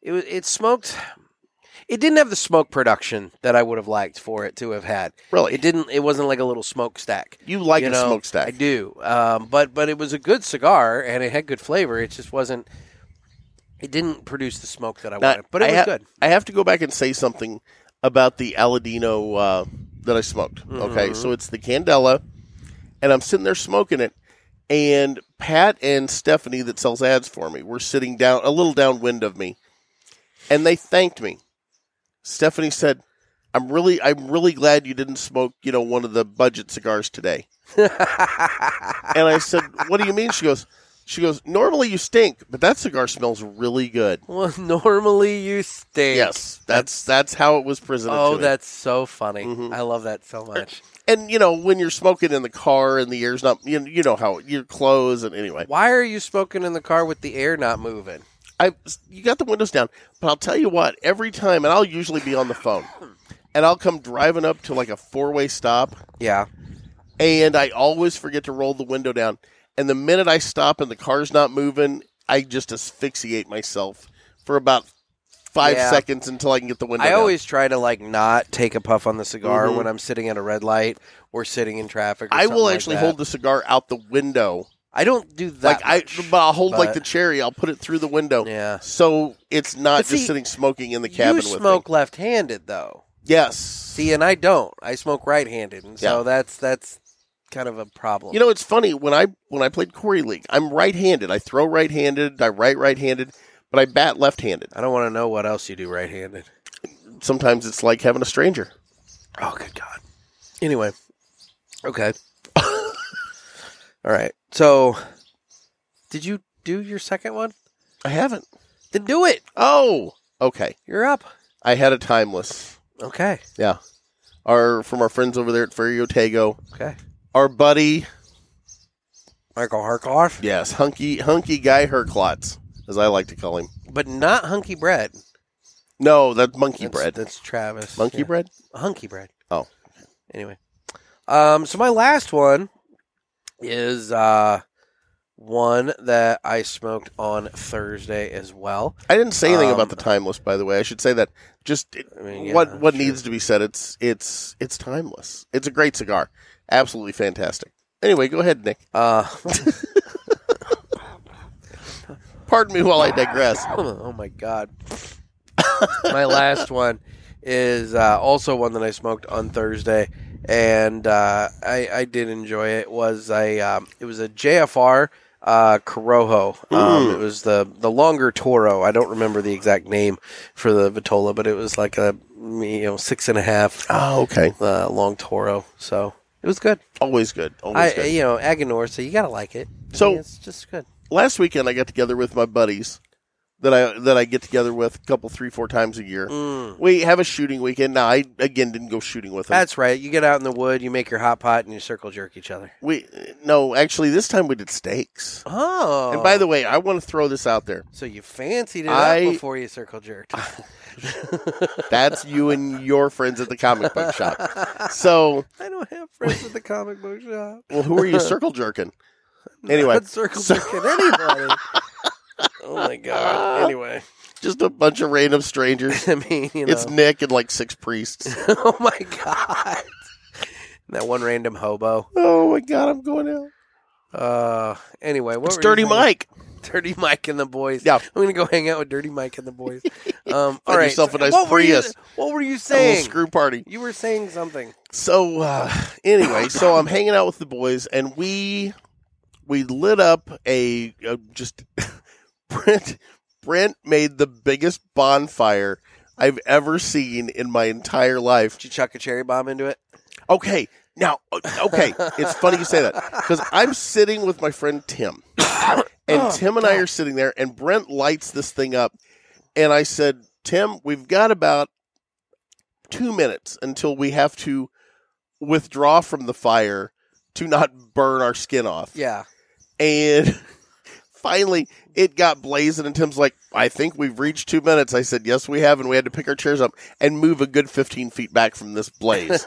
G: It was it smoked. It didn't have the smoke production that I would have liked for it to have had.
D: Really,
G: It didn't. It wasn't like a little smokestack.
D: you like
G: you
D: a
G: know,
D: smokestack?
G: I do, um, but but it was a good cigar and it had good flavor. It just wasn't. It didn't produce the smoke that I
D: Now,
G: wanted, but it
D: I
G: was
D: ha-
G: good.
D: I have to go back and say something about the Aladino uh, that I smoked.
G: Mm-hmm.
D: Okay, so it's the Candela, and I'm sitting there smoking it. And Pat and Stephanie, that sells ads for me, were sitting down a little downwind of me, and they thanked me. Stephanie said, "I'm really, I'm really glad you didn't smoke, you know, one of the budget cigars today." and I said, "What do you mean?" She goes, "She goes. Normally you stink, but that cigar smells really good."
G: Well, normally you stink.
D: Yes, that's that's how it was presented.
G: Oh,
D: to me.
G: that's so funny.
D: Mhm.
G: I love that so much.
D: and you know when you're smoking in the car and the air's not you, you know how your clothes and anyway.
G: Why are you smoking in the car with the air not moving?
D: I you got the windows down, but I'll tell you what. Every time, and I'll usually be on the phone, and I'll come driving up to like a four way stop,
G: Yeah.
D: and I always forget to roll the window down. And the minute I stop and the car's not moving, I just asphyxiate myself for about five
G: Yeah.
D: seconds until I can get the window.
G: I
D: down.
G: always try to like not take a puff on the cigar
D: Mhm.
G: when I'm sitting at a red light or sitting in traffic. Or
D: I will
G: something like
D: actually
G: that.
D: hold the cigar out the window.
G: I don't do that.
D: like I,
G: much,
D: but I'll hold like
G: but-
D: the cherry. I'll put it through the window.
G: Yeah.
D: So it's not
G: But
D: just
G: see,
D: sitting smoking in the
G: you
D: cabin. with me.
G: smoke left-handed though.
D: Yes.
G: See, and I don't. I smoke right-handed, and so
D: Yeah.
G: that's that's kind of a problem.
D: you know it's funny when I when I played Corey League, I'm right-handed. I throw right-handed. I write right-handed, but I bat left-handed.
G: I don't want to know what else you do right-handed.
D: Sometimes it's like having a stranger.
G: Oh, good God! Anyway, okay. All right. So, did you do your second one?
D: I haven't.
G: Then do it.
D: Oh, okay.
G: You're up.
D: I had a timeless.
G: Okay.
D: Yeah. Our from our friends over there at Ferry Otago.
G: Okay.
D: Our buddy,
G: Michael Harkoff,
D: yes, hunky hunky guy Herklotz, as I like to call him.
G: but not Hunky Bread.
D: No, that's monkey
G: That's-
D: bread.
G: That's Travis.
D: monkey
G: Yeah.
D: bread?
G: Hunky Bread.
D: Oh.
G: Anyway. Um, so my last one is uh, one that I smoked on Thursday as well.
D: I didn't say anything
G: Um,
D: about the timeless, by the way. I should say that just it-
G: I mean, yeah,
D: what what
G: sure.
D: needs to be said. It's it's it's timeless. It's a great cigar. Absolutely fantastic. Anyway, go ahead, Nick.
G: Uh,
D: Pardon me while I digress.
G: oh my god. my last one is uh, also one that I smoked on Thursday, and uh, I, I did enjoy it. Was a um, it was a JFR uh, Corojo. Um,
D: Hmm.
G: it was the the longer Toro. I don't remember the exact name for the Vitola, but it was like a you know six and a half
D: Oh, okay.
G: uh, long Toro. So it was good.
D: Always good. Always
G: I
D: good.
G: you know Aganor, so you gotta like it. I
D: So-
G: mean, it's just good.
D: last weekend I got together with my buddies that I that I get together with a couple three four times a
G: Mm.
D: year. We have a shooting weekend. Now I again didn't go shooting with them.
G: That's right. You get out in the wood, you make your hot pot, and you circle jerk each other.
D: we no actually this time we did steaks.
G: Oh.
D: And by the way, I want to throw this out there.
G: so you fancied it
D: I-
G: up before you circle jerked.
D: That's you and your friends at the comic book shop. So,
G: I don't have friends at the comic book shop.
D: well, who are you circle jerking? Anyway,
G: Not circle
D: so-
G: jerking anybody. oh my god. Anyway,
D: just a bunch of random strangers.
G: I mean, you know.
D: It's Nick and like six priests.
G: oh my god. That one random hobo.
D: oh my god, I'm going out.
G: Uh, anyway, what
D: It's
G: were you
D: Dirty
G: saying?
D: Mike.
G: Dirty Mike and the boys.
D: Yeah.
G: I'm gonna go hang out with Dirty Mike and the boys. Um, all
D: Find
G: right.
D: yourself a nice
G: what
D: Prius.
G: Were you, what were you
D: A little
G: saying?
D: screw party.
G: You were saying something.
D: So uh, anyway, so I'm hanging out with the boys, and we we lit up a, a just Brent Brent made the biggest bonfire I've ever seen in my entire life.
G: Did you chuck a cherry bomb into it?
D: Okay, now o- okay, it's funny you say that because I'm sitting with my friend Tim, and Tim and I are sitting there, and Brent lights this thing up, and I said, Tim, we've got about two minutes until we have to withdraw from the fire to not burn our skin off,
G: Yeah.
D: and finally it got blazing, and Tim's like, I think we've reached two minutes. I said, Yes, we have, and we had to pick our chairs up and move a good fifteen feet back from this blaze.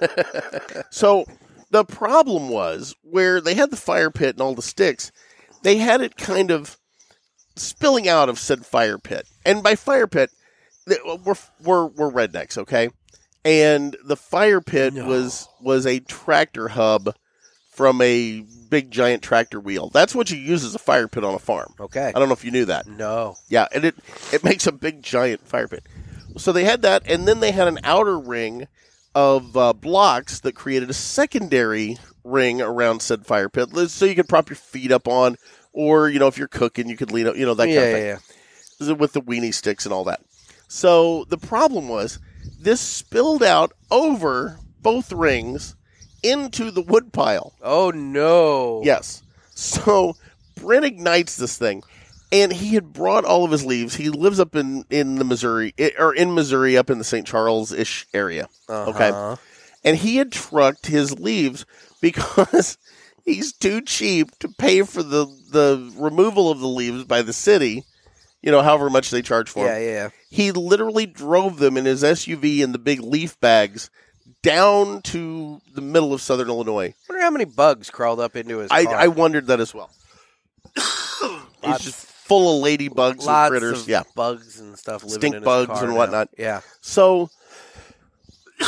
D: So the problem was where they had the fire pit and all the sticks, they had it kind of spilling out of said fire pit. And by fire pit, th- we're we're we're rednecks, okay? And the fire pit was was a tractor hub from a big giant tractor wheel. That's what you use as a fire pit on a farm.
G: Okay.
D: I don't know if you knew that.
G: No.
D: Yeah, and it it makes a big giant fire pit. So they had that, and then they had an outer ring of uh, blocks that created a secondary ring around said fire pit, li- so you could prop your feet up on, or you know if you're cooking, you could lean up, you know that kind of
G: Yeah,
D: thing
G: yeah,
D: with the weenie sticks and all that. So the problem was this spilled out over both rings into the wood pile.
G: Oh no.
D: Yes. So Brent ignites this thing, and he had brought all of his leaves. He lives up in in the Missouri i- or in Missouri, up in the St. Charles ish area. Okay, and he had trucked his leaves because he's too cheap to pay for the the removal of the leaves by the city. You know, however much they charge for. 'em.
G: Yeah, yeah, yeah.
D: He literally drove them in his SUV in the big leaf bags down to the middle of Southern Illinois.
G: Wonder how many bugs crawled up into his
D: I,
G: car.
D: I wondered that as well. it's
G: Lots-
D: just full of ladybugs
G: Lots
D: and critters.
G: of
D: yeah.
G: bugs and stuff living
D: Stink
G: in his
D: bugs
G: car
D: and
G: now.
D: whatnot.
G: Yeah,
D: So,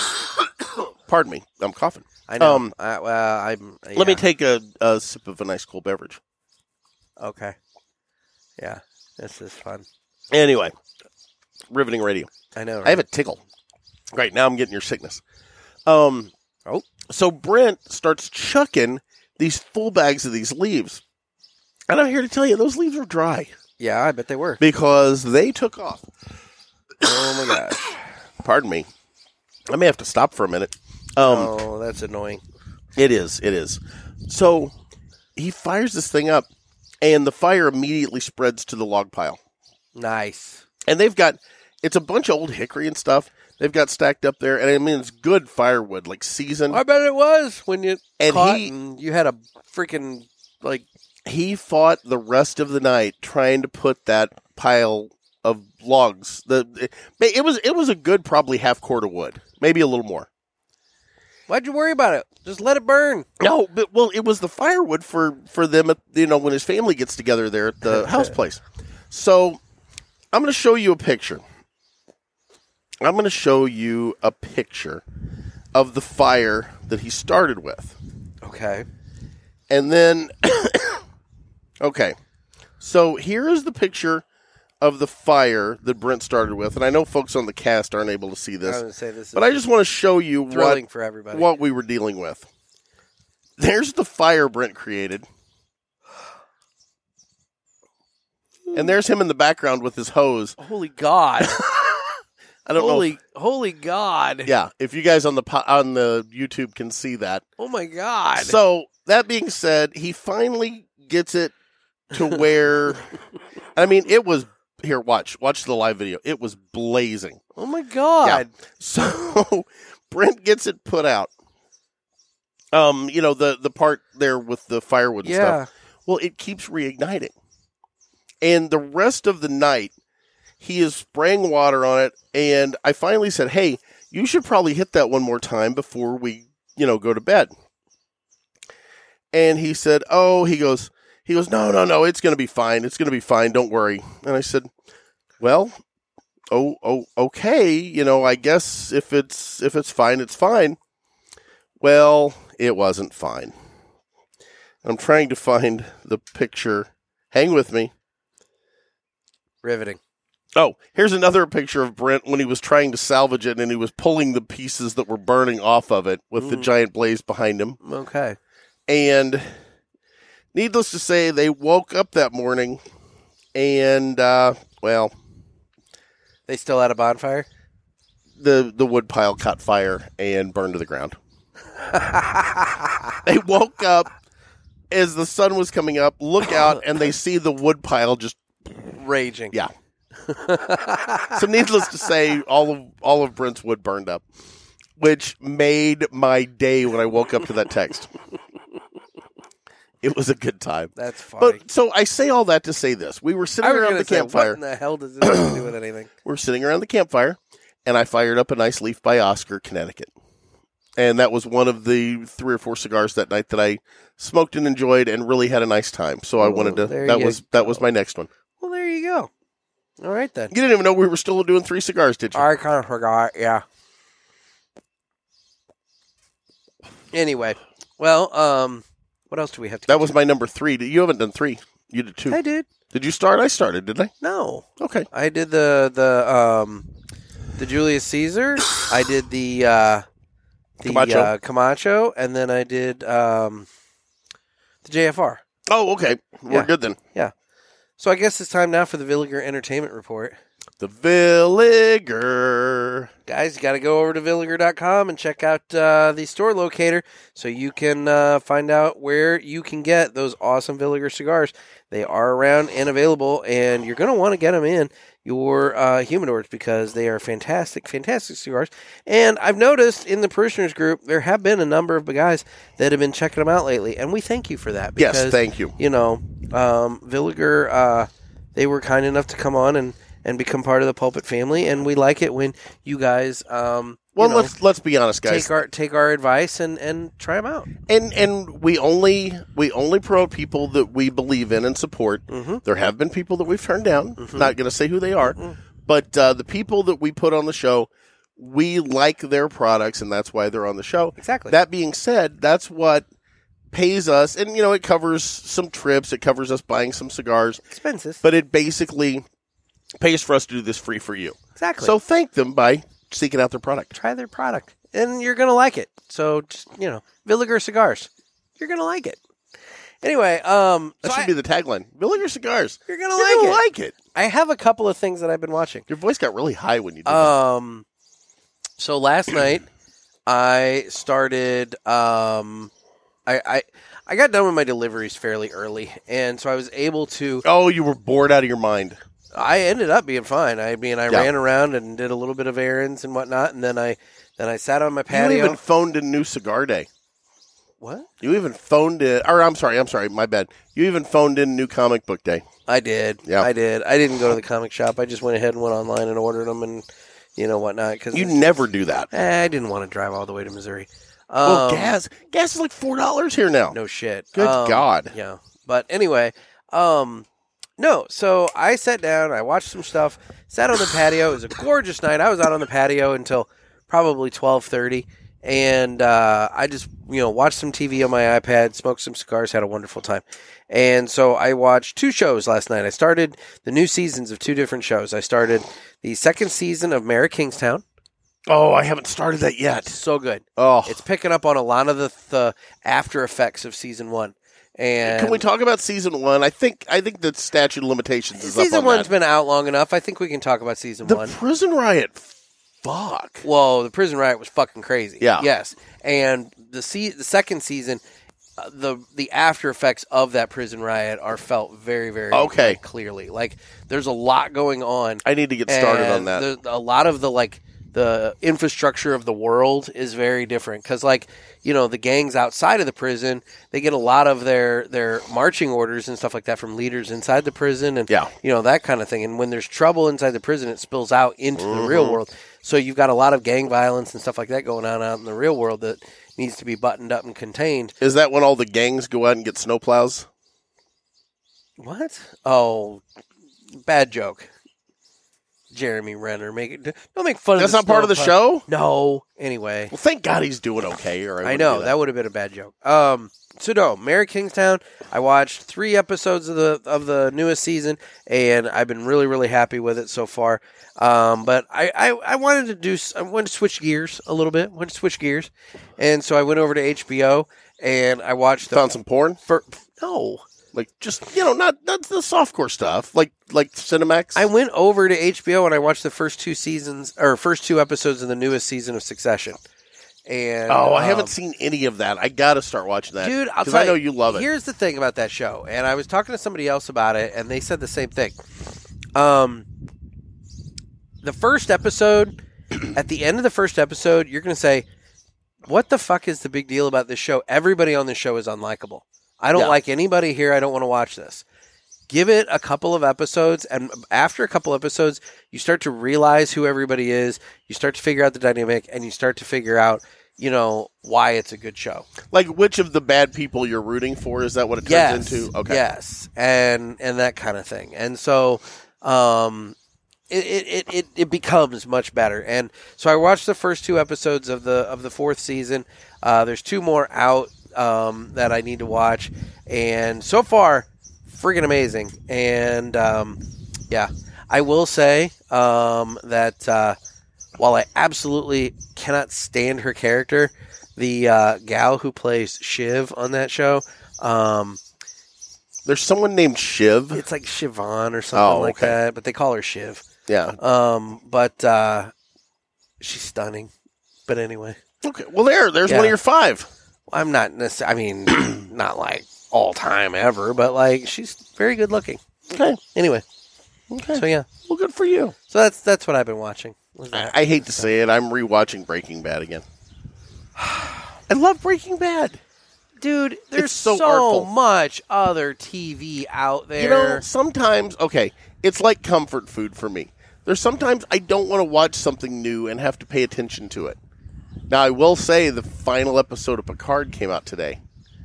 D: pardon me, I'm coughing.
G: I know.
D: Um,
G: I, well, I'm. yeah.
D: Let me take a, a sip of a nice cool beverage.
G: Okay. Yeah, this is fun.
D: Anyway, riveting radio.
G: I know.
D: I have a tickle. Right now, I'm getting your sickness. Um.
G: Oh.
D: So Brent starts chucking these full bags of these leaves, and I'm here to tell you those leaves are dry
G: yeah, I bet they were.
D: because they took off.
G: oh my gosh.
D: Um, Pardon me. I may have to stop for a minute. Um,
G: oh, that's annoying.
D: It is. It is. So he fires this thing up, and the fire immediately spreads to the log pile.
G: Nice.
D: And they've got it's a bunch of old hickory and stuff they've got stacked up there, and I mean it's good firewood, like seasoned.
G: I bet it was when you
D: um, And
G: caught
D: he-
G: and you had a freaking like
D: He fought the rest of the night trying to put that pile of logs. The it was it was a good probably half quart of wood, maybe a little more.
G: why'd you worry about it? Just let it burn.
D: No, but well, it was the firewood for for them. At, you know, when his family gets together there at the house place. So, I'm going to show you a picture. I'm going to show you a picture of the fire that he started with,
G: Okay.
D: and then, okay. So here is the picture of the fire that Brent started with, and I know folks on the cast aren't able to see
G: I
D: this.
G: was gonna say this is
D: But I just want to show you
G: Uh, Thrilling
D: what
G: for everybody.
D: what we were dealing with. There's the fire Brent created. And there's him in the background with his hose.
G: holy god.
D: I don't know.
G: holy
D: if-
G: holy god.
D: Oh. yeah, if you guys on the po- on the YouTube can see that.
G: Oh my god.
D: So, that being said, he finally gets it to where I mean, it was here watch, watch the live video. It was blazing.
G: oh my god.
D: So Brent gets it put out. Um, you know the the part there with the firewood and
G: Yeah.
D: stuff. Well, it keeps reigniting, and the rest of the night, he is spraying water on it. And I finally said, "Hey, you should probably hit that one more time before we, you know, go to bed." And he said, "Oh," he goes, he goes, "No, no, no, it's going to be fine. It's going to be fine. Don't worry." And I said, "Well, oh oh okay you know i guess if it's if it's fine it's fine well it wasn't fine i'm trying to find the picture hang with me
G: Riveting.
D: oh here's another picture of brent when he was trying to salvage it and he was pulling the pieces that were burning off of it with the giant blaze behind him
G: Okay.
D: and needless to say, they woke up that morning, and uh, well,
G: They still had a bonfire?
D: the the wood pile caught fire and burned to the ground. they woke up as the sun was coming up, look out, and they see the wood pile just
G: Raging.
D: yeah. so needless to say, all of all of Brent's wood burned up, which made my day when I woke up to that text. it was a good time.
G: That's funny.
D: But so I say all that to say this: we were sitting
G: I was
D: around
G: gonna
D: the
G: say,
D: campfire.
G: What in the hell does this have to do with anything?
D: we're sitting around the campfire, and I fired up a nice leaf by Oscar, Connecticut, and that was one of the three or four cigars that night that I smoked and enjoyed, and really had a nice time. So I
G: Oh,
D: wanted to.
G: there
D: That
G: you
D: was that was my next one.
G: Well, there you go. All right then.
D: You didn't even know we were still doing three cigars, did you?
G: I kind of forgot. Yeah. Anyway, well, um, what else do we have to?
D: That was my number three. You haven't done three. You did two.
G: I did.
D: Did you start? I started, didn't
G: No,
D: I? Okay.
G: I did the the um the Julius Caesar. I did the uh, the
D: Camacho.
G: Uh, Camacho, and then I did um the JFR.
D: Oh, okay. We're
G: Yeah.
D: good then.
G: So I guess it's time now for the Villiger Entertainment Report.
D: The Villiger.
G: guys you got to go over to villiger.com and check out uh, the store locator so you can uh, find out where you can get those awesome villiger cigars they are around and available and you're going to want to get them in your uh, humidors because they are fantastic fantastic cigars and i've noticed in the parishioners group there have been a number of guys that have been checking them out lately and we thank you for that
D: Yes, thank you.
G: you know, um, Villiger, uh, they were kind enough to come on and, and become part of the pulpit family, and we like it when you guys, um, you
D: Well,
G: know,
D: let's let's be honest, guys.
G: take our take our advice and and try them out.
D: and and we only we only promote people that we believe in and support.
G: Mm-hmm.
D: There have been people that we've turned down. Not going to say who they are, but uh, the people that we put on the show, we like their products, and that's why they're on the show.
G: Exactly.
D: That being said, that's what pays us, and you know it covers some trips, it covers us buying some cigars,
G: Expenses,
D: but it basically pays for us to do this free for you.
G: exactly.
D: So thank them by seeking out their product.
G: try their product, and you're gonna like it. So just you know, Villiger cigars, you're gonna like it. Anyway, um,
D: That
G: so
D: should
G: I,
D: be the tagline. Villiger cigars.
G: you're gonna
D: You're
G: like
D: gonna
G: it.
D: like it.
G: I have a couple of things that I've been watching. Uh,
D: Your voice got really high when you did that.
G: Um, so Um, last night I started. Um, I, I I got done with my deliveries fairly early, and so I was able to.
D: Oh, you were bored out of your mind.
G: I ended up being fine. I mean, I
D: Yeah.
G: ran around and did a little bit of errands and whatnot, and then I then I sat on my patio.
D: You even phoned in new cigar day.
G: what?
D: You even phoned in, or I'm sorry, I'm sorry, my bad. You even phoned in new comic book day.
G: I did.
D: Yeah.
G: I did. I didn't go to the comic shop. I just went ahead and went online and ordered them and you know whatnot because
D: You never do that.
G: I didn't want to drive all the way to Missouri. Um,
D: well, gas, gas is like four dollars here now.
G: No shit.
D: Good
G: Um,
D: God.
G: Yeah. But anyway, um, no. So I sat down. I watched some stuff. Sat on the patio. It was a gorgeous night. I was out on the patio until probably twelve thirty, and uh, I just you know watched some TV on my iPad, smoked some cigars, had a wonderful time. And so I watched two shows last night. I started the new seasons of two different shows. I started the second season of Mary Kingstown.
D: Oh, I haven't started that yet.
G: So good.
D: Oh,
G: It's picking up on a lot of the, the after effects of season one. And
D: can we talk about season one? I think I think the statute of limitations is
G: Season
D: up on
G: one's
D: that.
G: been out long enough. I think we can talk about season
D: the
G: one.
D: prison riot. Fuck.
G: Whoa, the prison riot was fucking crazy.
D: Yeah.
G: Yes, and the se- the second season, uh, the the after effects of that prison riot are felt very very
D: Okay.
G: clearly. Like there's a lot going on.
D: I need to get started on
G: and
D: that.
G: the- a lot of the like the infrastructure of the world is very different because like you know the gangs outside of the prison they get a lot of their their marching orders and stuff like that from leaders inside the prison and
D: Yeah.
G: you know that kind of thing and when there's trouble inside the prison it spills out into the
D: Mm-hmm.
G: real world so you've got a lot of gang violence and stuff like that going on out in the real world that needs to be buttoned up and contained
D: Is that when all the gangs go out and get snowplows?
G: What? Oh, bad joke. Jeremy Renner, make it. Don't make fun of.
D: That's
G: the
D: not part of the
G: snowplow.
D: show?
G: No. Anyway,
D: Well, thank God he's doing okay. Or
G: I
D: wouldn't
G: know
D: do
G: that. would have been a bad joke. Um, so no, Mary Kingstown. I watched three episodes of the of the newest season, and I've been really really happy with it so far. Um, but I, I, I wanted to do s- I wanted to switch gears a little bit. Wanted to switch gears, and so I went over to HBO and I watched the
D: Found some porn,
G: fir- no.
D: like just you know, not not the softcore stuff, like like Cinemax.
G: I went over to HBO and I watched the first two seasons or first two episodes of the newest season of Succession. And
D: oh, I
G: um,
D: haven't seen any of that. I gotta start watching that,
G: dude. I'll
D: 'cause
G: tell
D: I know you love it.
G: Here's the thing about that show, and I was talking to somebody else about it, and they said the same thing. Um, the first episode, at the end of the first episode, you're going to say, "What the fuck is the big deal about this show? Everybody on this show is unlikable. I don't
D: Yeah.
G: like anybody here. I don't want to watch this." Give it a couple of episodes, and after a couple episodes, you start to realize who everybody is. You start to figure out the dynamic, and you start to figure out, you know, why it's a good show.
D: Like which of the bad people you're rooting for? Is that what it turns
G: yes,
D: into? Okay.
G: Yes, and and that kind of thing, and so um, it, it, it- it it becomes much better. And so I watched the first two episodes of the of the fourth season. Uh, there's two more out um, that I need to watch, and so far, friggin' amazing. And um, yeah, I will say um, that uh, while I absolutely cannot stand her character, the uh, gal who plays Shiv on that show, um,
D: There's someone named Shiv.
G: it's like Siobhan or something
D: Oh,
G: like
D: okay.
G: that, but they call her Shiv.
D: yeah.
G: Um, but uh, she's stunning. But anyway,
D: Okay. Well, there. There's
G: Yeah.
D: one of your five.
G: I'm not necessarily, I mean, not like all time ever, but like she's very good looking.
D: Okay.
G: Anyway,
D: Okay.
G: so yeah,
D: well, good for you.
G: so that's that's what I've been watching. Was that-
D: I, I hate to say it. I'm rewatching Breaking Bad again. I love Breaking Bad.
G: Dude, there's so,
D: so artful.
G: much other TV out there.
D: You know, sometimes okay, it's like comfort food for me. There's sometimes I don't want to watch something new and have to pay attention to it. Now I will say the final episode of Picard came out today,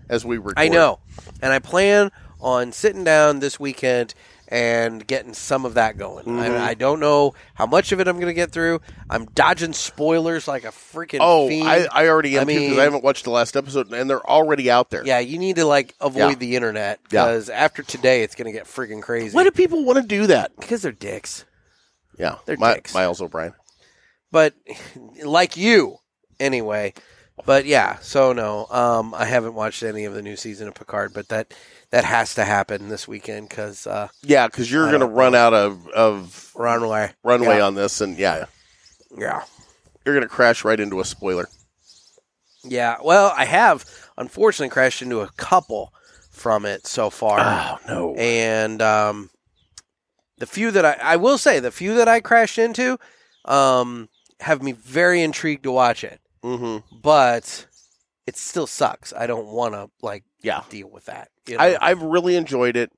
D: as we record.
G: I know, and I plan on sitting down this weekend and getting some of that going.
D: Mm-hmm.
G: I, I don't know how much of it I'm going to get through. I'm dodging spoilers like a freaking
D: Oh,
G: fiend.
D: I, I already am
G: I
D: too because
G: mean-
D: I haven't watched the last episode, and they're already out there.
G: yeah, you need to like avoid
D: Yeah.
G: the internet
D: Yeah.
G: because after today it's going to get freaking crazy.
D: Why do people want to do that?
G: because they're dicks,
D: Yeah,
G: They're
D: Mi-
G: dicks.
D: Miles O'Brien.
G: but like you anyway. But yeah, so no, um, I haven't watched any of the new season of Picard, but that that has to happen this weekend because uh,
D: Yeah, because you're
G: I
D: going to
G: don't
D: run out of, of
G: we're on our way.
D: runway
G: Yeah.
D: on this, and yeah,
G: Yeah.
D: you're going to crash right into a spoiler.
G: Yeah, well, I have unfortunately crashed into a couple from it so far.
D: Oh no!
G: and um, the few that I, I will say the few that I crashed into um, have me very intrigued to watch it,
D: hmm
G: but it still sucks. I don't want to like
D: Yeah.
G: deal with that. you know?
D: I, I've really enjoyed it.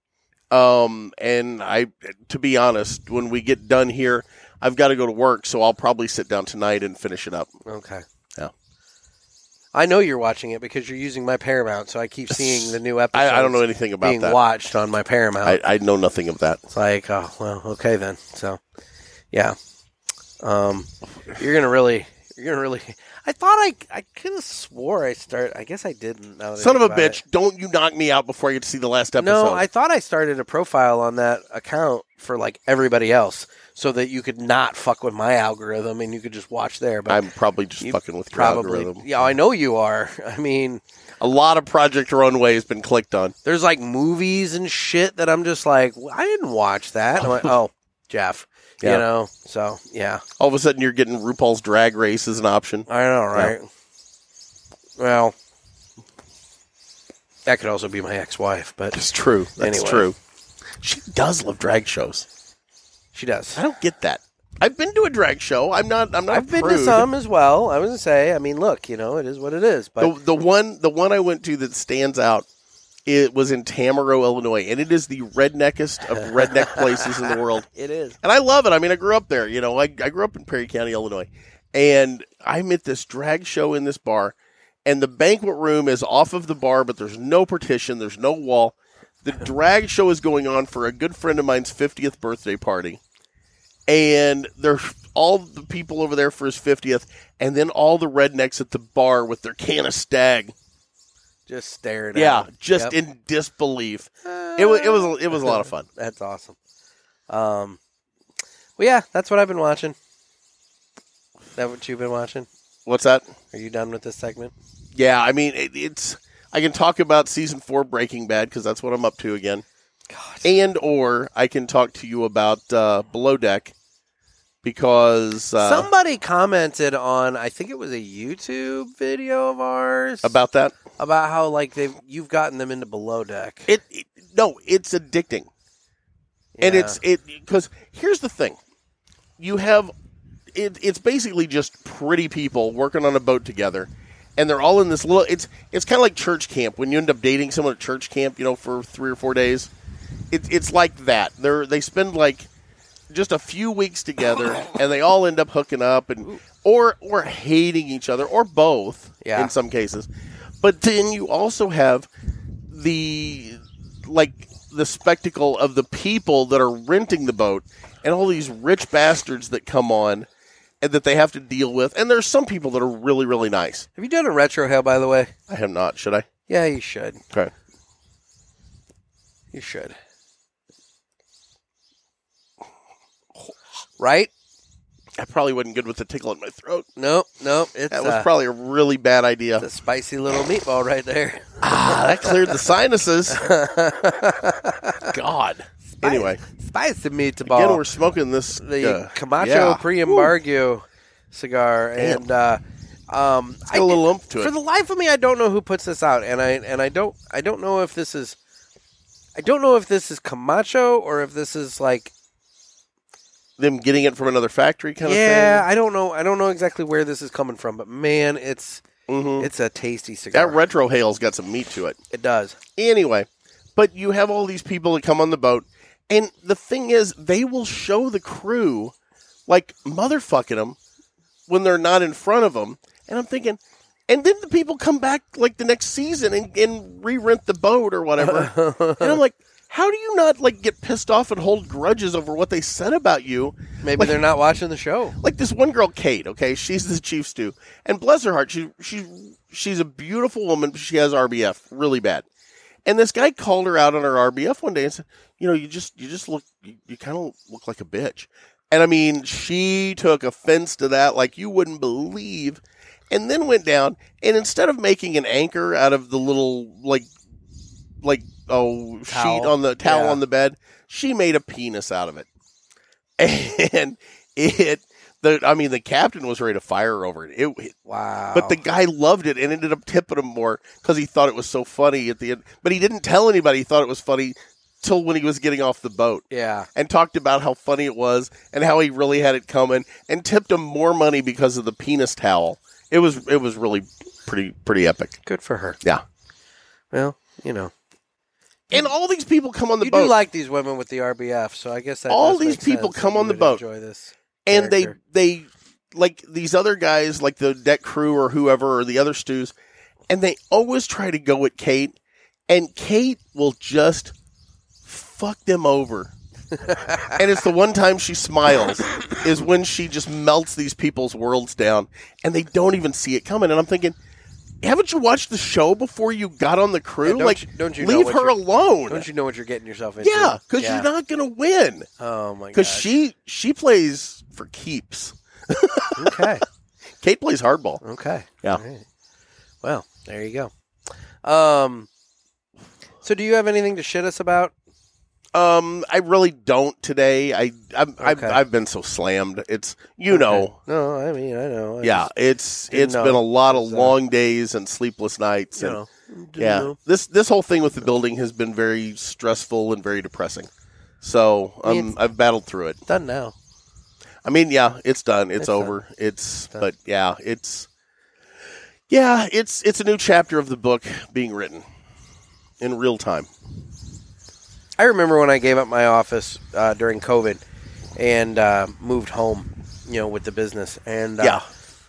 D: Um, and I, to be honest, when we get done here, I've got to go to work, so I'll probably sit down tonight and finish it up.
G: okay.
D: Yeah.
G: I know you're watching it because you're using my Paramount, so I keep seeing the new episodes.
D: I, I don't know anything about
G: being
D: that.
G: watched on my Paramount.
D: I, I know nothing of that.
G: It's like, oh well, okay then. So, yeah, um, you're gonna really, you're gonna really. I thought I, I could have swore I start. I guess I didn't. now that I
D: Son of a
G: think about
D: bitch! Don't you knock me out before I get to see the last
G: it.
D: episode?
G: No, I thought I started a profile on that account for like everybody else, so that you could not fuck with my algorithm and you could just watch there. But
D: I'm probably just
G: you
D: fucking with your
G: probably,
D: algorithm.
G: yeah, I know you are. I mean,
D: A lot of Project Runway has been clicked on.
G: there's like movies and shit that I'm just like, I didn't watch that. I'm like, oh, Jeff,
D: Yeah.
G: you know. So yeah.
D: All of a sudden, you're getting RuPaul's Drag Race as an option.
G: I know, right? Well, that could also be my ex-wife, but
D: It's true. That's
G: Anyway.
D: true. She does love drag shows.
G: she does.
D: I don't get that. I've been to a drag show. I'm not. I'm not.
G: I've
D: a
G: been to
D: prude.
G: some as well. I was gonna say, I mean, look, you know, it is what it is, but
D: the, the one the one I went to that stands out it was in Tamaro, Illinois, and it is the redneckest of redneck places in the world.
G: it is.
D: And I love it. I mean, I grew up there. You know, I, I grew up in Perry County, Illinois, and I'm at this drag show in this bar, and the banquet room is off of the bar, but there's no partition, there's no wall. The drag show is going on for a good friend of mine's 50th birthday party and they're all the people over there for his 50th and then all the rednecks at the bar with their can of stag
G: Just staring.
D: yeah
G: at it. Yep.
D: just in disbelief it was it was it was a lot of fun
G: That's awesome. Um, well, yeah, that's what I've been watching. That what you've been watching?
D: what's that
G: Are you done with this segment?
D: yeah i mean it, it's i can talk about season 4 breaking bad cuz that's what i'm up to again
G: God.
D: and or i can talk to you about uh, below deck because uh,
G: Somebody commented on, I think it was a YouTube video of ours
D: about that
G: about how like they've you've gotten them into below deck.
D: it, it no it's addicting and
G: Yeah.
D: it's it because here's the thing you have it, it's basically just pretty people working on a boat together and they're all in this little it's it's kind of like church camp when you end up dating someone at church camp you know for three or four days it, it's like that they're they spend like just a few weeks together and they all end up hooking up and or or hating each other or both
G: Yeah.
D: in some cases but then you also have the like the spectacle of the people that are renting the boat and all these rich bastards that come on and that they have to deal with and there's some people that are really really nice
G: Have you done a retro hell by the way?
D: i have not should i
G: Yeah, you should.
D: okay
G: You should. Right?
D: i probably wasn't good with the tickle in my throat
G: Nope, nope. It's
D: that was
G: uh,
D: probably a really bad idea
G: it's a spicy little meatball right there.
D: Ah, that cleared the sinuses. God. Oh. Anyway,
G: Spicy meatball.
D: again, we're smoking this
G: the
D: uh,
G: Camacho
D: yeah.
G: Pre Embargo cigar, and uh, um,
D: got a little oomph to
G: For
D: it.
G: the life of me, I don't know who puts this out, and I and I don't I don't know if this is I don't know if this is Camacho or if this is like
D: them getting it from another factory kind
G: yeah
D: of
G: I don't know I don't know exactly where this is coming from, but man, it's
D: thing. Mhm.
G: it's a tasty cigar.
D: That retro hale's got some meat to it.
G: it does.
D: Anyway, but you have all these people that come on the boat, and the thing is, they will show the crew like motherfucking them when they're not in front of them. And I'm thinking, and then the people come back like the next season and, and re rent the boat or whatever. and I'm like, how do you not like get pissed off and hold grudges over what they said about you?
G: Maybe
D: Like-
G: they're not watching the show.
D: like this one girl, Kate. Okay, she's the chief stew, and bless her heart, she she's she's a beautiful woman, but she has RBF really bad. And this guy called her out on her RBF one day and said, "You know, you just you just look you, you kind of look like a bitch." And I mean, she took offense to that like you wouldn't believe, and then went down. And instead of making an anchor out of the little like like oh sheet
G: Towel.
D: on the towel
G: Yeah.
D: on the bed, she made a penis out of it, and it The I mean, the captain was ready to fire over it. It,
G: Wow.
D: but the guy loved it and ended up tipping him more because he thought it was so funny at the end. But he didn't tell anybody he thought it was funny till when he was getting off the boat
G: yeah.
D: and talked about how funny it was and how he really had it coming and tipped him more money because of the penis towel. It was it was really pretty pretty epic.
G: Good for her.
D: Yeah.
G: Well, you know.
D: And all these people come on the
G: You
D: boat
G: do like these women with the RBF, so I guess that
D: All
G: does
D: these
G: make
D: people
G: sense
D: come
G: that
D: on
G: you
D: the
G: would
D: boat.
G: Enjoy this,
D: and they
G: character.
D: they like these other guys like the deck crew or whoever or the other stews and they always try to go at kate and kate will just fuck them over and it's the one time she smiles is when she just melts these people's worlds down and they don't even see it coming and i'm thinking haven't you watched the show before you got on the crew
G: don't
D: like
G: you- don't you know
D: leave
G: what
D: her
G: you're-
D: alone
G: Don't you know what you're getting yourself into?
D: yeah because you're not gonna win
G: Oh my god.
D: because she she plays for keeps
G: okay.
D: Kate plays hardball.
G: Okay.
D: Yeah.
G: All right. Well, there you go. Um. So, do you have anything to shit us about?
D: Um, I really don't today. I I'm, I've,
G: Okay.
D: I've been so slammed. It's you know,
G: No, I mean I know. I
D: yeah.
G: just,
D: It's
G: didn't
D: it's
G: know.
D: been a lot of
G: It's, uh,
D: long days and sleepless nights.
G: you
D: and,
G: know. didn't
D: yeah.
G: know.
D: This this whole thing with the building has been very stressful and very depressing. So
G: I mean,
D: um,
G: it's-
D: I've battled through it.
G: Done now.
D: I mean, yeah, it's done. It's,
G: It's done.
D: over. It's
G: Done.
D: but yeah, it's yeah, it's it's a new chapter of the book being written in real time.
G: I remember when I gave up my office uh, during COVID and uh, moved home. You know, with the business and uh,
D: yeah,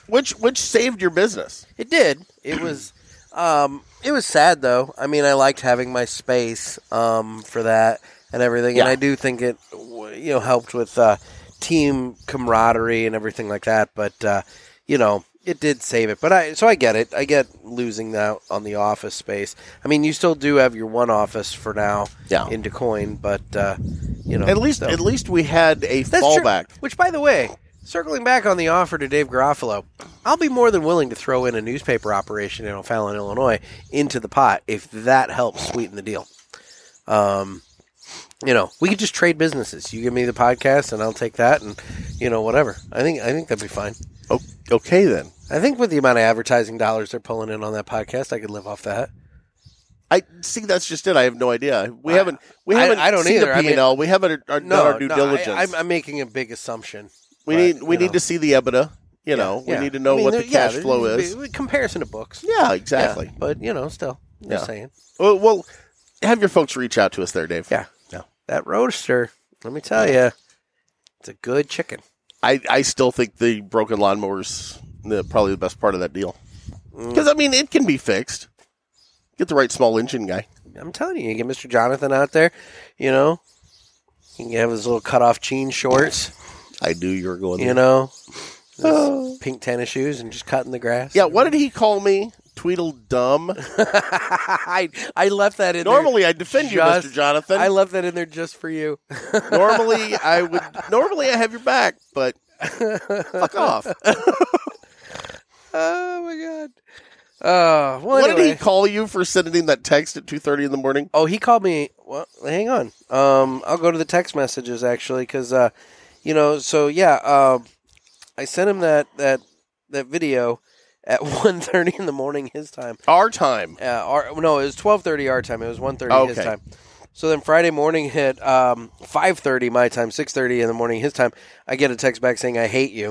D: which which saved your business.
G: It did. It was. Um, it was sad though. I mean, I liked having my space um, for that and everything, and
D: Yeah.
G: I do think it w- you know helped with uh, team camaraderie and everything like that. But uh, you know, it did save it. But I so I get it. I get losing out on the office space. I mean, you still do have your one office for now
D: Yeah.
G: in DeCoin, but uh, you know,
D: At least,
G: so-
D: at least we had a
G: that's true.
D: fallback.
G: Which, by the way, circling back on the offer to Dave Garofalo, I'll be more than willing to throw in a newspaper operation in O'Fallon, Illinois, into the pot if that helps sweeten the deal. Um, you know, we could just trade businesses. You give me the podcast, and I'll take that, and you know, whatever. I think I think that'd be fine.
D: O- okay, then.
G: I think with the amount of advertising dollars they're pulling in on that podcast, I could live off that.
D: I see. That's just it. I have no idea. We
G: I-
D: haven't. We
G: I-
D: haven't.
G: I don't
D: seen
G: either. I
D: The
G: mean-
D: P and L. We haven't uh, done our due
G: I-
D: diligence.
G: I, am I'm making a big assumption.
D: we
G: but,
D: need. We
G: you
D: need
G: know.
D: to see the E EBITDA. You know.
G: Yeah.
D: We need to know
G: I mean,
D: what
G: there-
D: the
G: yeah,
D: cash flow
G: there's-
D: is.
G: Comparison to books.
D: yeah. Exactly.
G: Yeah, but you know, still, just
D: Yeah.
G: saying.
D: Well, well, have your folks reach out to us there, Dave.
G: Yeah.
D: Yeah.
G: That roadster, let me tell you, it's a good chicken.
D: I, I still think the broken lawnmower's the probably the best part of that deal.
G: Mm.
D: Because I mean, it can be fixed. Get the right small engine guy.
G: I'm telling you, you get Mr. Jonathan out there, you know, he can have his little cutoff jean shorts,
D: I knew you were going. Oh.
G: you know, his pink tennis shoes, and just cutting the grass.
D: Yeah, what did he call me? Tweedledum.
G: I I left that in. there
D: Normally, I defend you, Mr.
G: just-
D: Jonathan.
G: I left that in there just for you.
D: normally, I would. Normally, I have your back, but fuck off.
G: oh my god. Uh, well,
D: What did
G: anyway.
D: he call you for sending him that text at two thirty in the morning?
G: Oh, he called me. Well, hang on. Um, I'll go to the text messages actually, because uh, you know, so yeah, um, I sent him that that that video at 1.30 in the morning his time.
D: Our time.
G: Uh, our, no, it was twelve thirty our time. It was 1.30 his
D: Okay.
G: time. So then Friday morning hit um, five thirty my time, six thirty in the morning his time. I get a text back saying I hate you.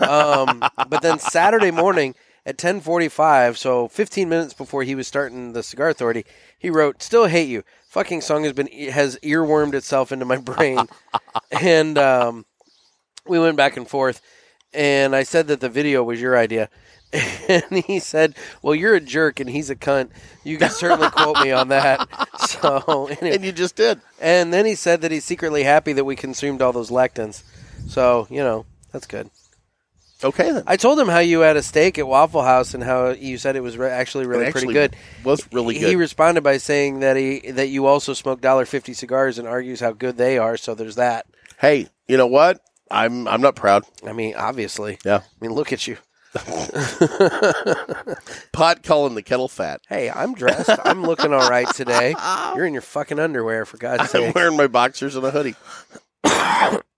G: Um, but then Saturday morning at ten forty five, so fifteen minutes before he was starting the Cigar Authority, he wrote, "Still hate you." Fucking song has been has earwormed itself into my brain, and um, we went back and forth. And I said that the video was your idea. And he said, "Well, you're a jerk, and he's a cunt. You can certainly quote me on that." So, anyway.
D: And you just did.
G: And then he said that he's secretly happy that we consumed all those lectins. So, you know, that's good.
D: Okay then.
G: I told him how you had a steak at Waffle House and how you said it was re- actually really
D: It
G: pretty
D: actually
G: good.
D: Was really
G: He
D: good.
G: responded by saying that he that you also smoke dollar fifty cigars and argues how good they are. So there's that.
D: hey, you know what? I'm I'm not proud.
G: I mean, obviously.
D: Yeah.
G: I mean, look at you.
D: Pot calling the kettle fat.
G: Hey, I'm dressed. I'm looking all right today. You're in your fucking underwear for God's
D: I'm
G: sake.
D: wearing my boxers and a hoodie.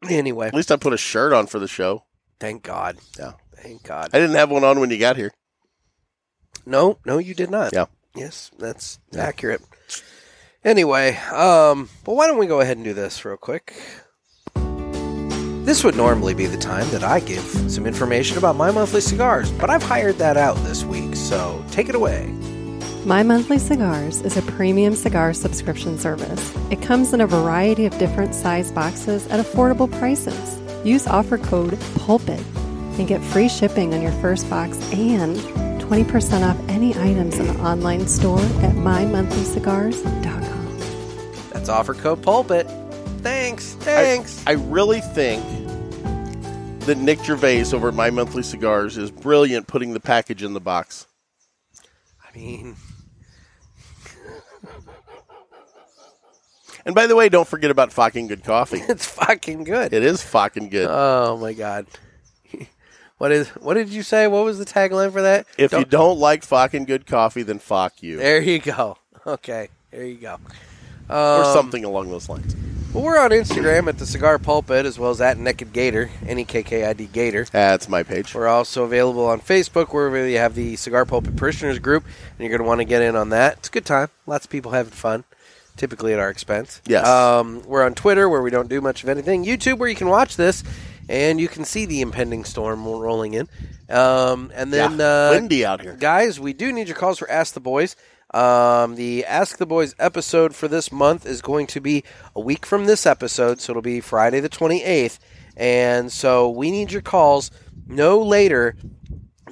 G: Anyway,
D: At least I put a shirt on for the show.
G: Thank God.
D: Yeah.
G: Thank God.
D: I didn't have one on when you got here.
G: No, no, you did not.
D: Yeah.
G: Yes, that's accurate. Anyway, um, but why don't we go ahead and do this real quick? This would normally be the time that I give some information about my monthly cigars, but I've hired that out this week, so take it away.
F: My Monthly Cigars is a premium cigar subscription service. It comes in a variety of different size boxes at affordable prices. Use offer code PULPIT and get free shipping on your first box and 20% off any items in the online store at mymonthlycigars.com.
G: That's offer code pulpit. Thanks, thanks.
D: I really think that Nick Gervais over at My Monthly Cigars is brilliant putting the package in the box.
G: I, mean,
D: And by the way, don't forget about fucking good coffee.
G: it's fucking good.
D: It is fucking good.
G: Oh my god. What is? What did you say? What was the tagline for that?
D: if you don't like fucking good coffee, then fuck you.
G: There you go. Okay, there you go.
D: or
G: um,
D: something along those lines.
G: Well, we're on Instagram at the Cigar Pulpit as well as at Naked Gator, N E K K I D Gator.
D: That's my page.
G: We're also available on Facebook where we have the Cigar Pulpit Parishioners group, and you're going to want to get in on that. It's a good time. Lots of people having fun, typically at our expense.
D: Yes.
G: Um, we're on Twitter where we don't do much of anything. YouTube where you can watch this, and you can see the impending storm rolling in. Um, and then
D: Yeah,
G: uh,
D: windy out here.
G: guys, we do need your calls for Ask the Boys. Um, the Ask the Boys episode for this month is going to be a week from this episode, so it'll be Friday the 28th. And so we need your calls no later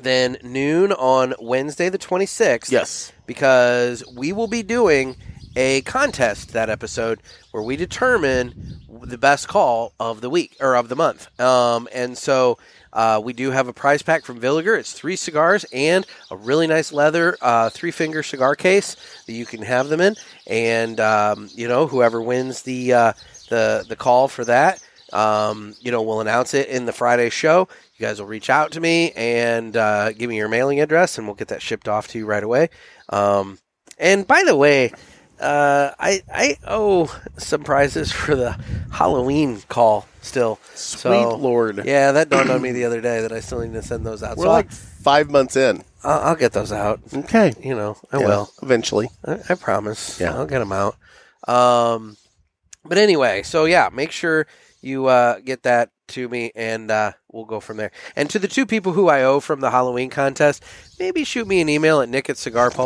G: than noon on Wednesday the 26th.
D: Yes.
G: Because we will be doing a contest that episode where we determine the best call of the week or of the month. Um, and so uh, we do have a prize pack from Villiger. It's three cigars and a really nice leather uh, three finger cigar case that you can have them in. And, um, you know, whoever wins the, uh, the, the call for that um, you know, we'll announce it in the Friday show. You guys will reach out to me and uh, give me your mailing address, and we'll get that shipped off to you right away. Um, and by the way, uh, I I owe some prizes for the Halloween call still. so,
D: Sweet Lord.
G: yeah, that dawned on me the other day that I still need to send those out.
D: We're
G: so
D: like five months in.
G: I'll, I'll get those out.
D: Okay.
G: You know, I
D: Yeah,
G: will.
D: Eventually.
G: I, I promise.
D: Yeah.
G: I'll get them out. Um, but anyway, so yeah, make sure you uh, get that to me, and uh, we'll go from there. And to the two people who I owe from the Halloween contest, maybe shoot me an email at nick at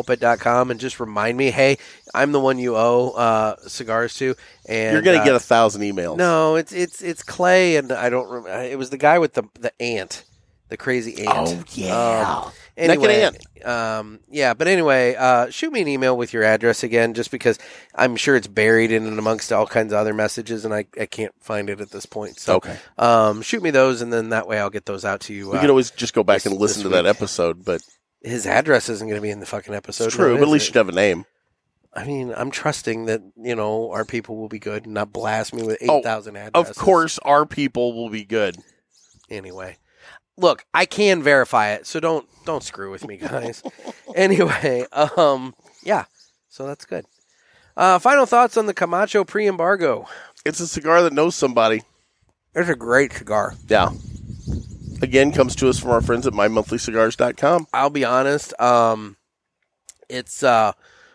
G: cigarpulpit.com and just remind me, hey, I'm the one you owe uh, cigars to. And
D: You're going
G: uh,
D: to get a thousand emails.
G: no, it's it's it's Clay, and I don't. Rem- uh, it was the guy with the the ant, the crazy ant. Oh yeah. Um,
D: Naked
G: anyway, Um, yeah, but anyway, uh, shoot me an email with your address again, just because I'm sure it's buried in and amongst all kinds of other messages, and I, I can't find it at this point. So,
D: Okay.
G: um, shoot me those, and then that way I'll get those out to you.
D: We
G: uh,
D: could always just go back
G: this-
D: and listen to
G: this
D: that
G: week.
D: episode, but
G: His address isn't going to be in the fucking episode.
D: it's
G: now,
D: true. But at
G: is
D: least
G: it?
D: you'd have a name.
G: I mean, I'm trusting that you know our people will be good and not blast me with eight
D: Oh,
G: thousand addresses.
D: Of course, our people will be good.
G: anyway look i can verify it so don't don't screw with me guys anyway um yeah so that's good uh final thoughts on the camacho pre-embargo
D: It's a cigar that knows somebody.
G: it's a great cigar
D: Yeah. Again, comes to us from our friends at mymonthlycigars.com.
G: i'll be honest um it's uh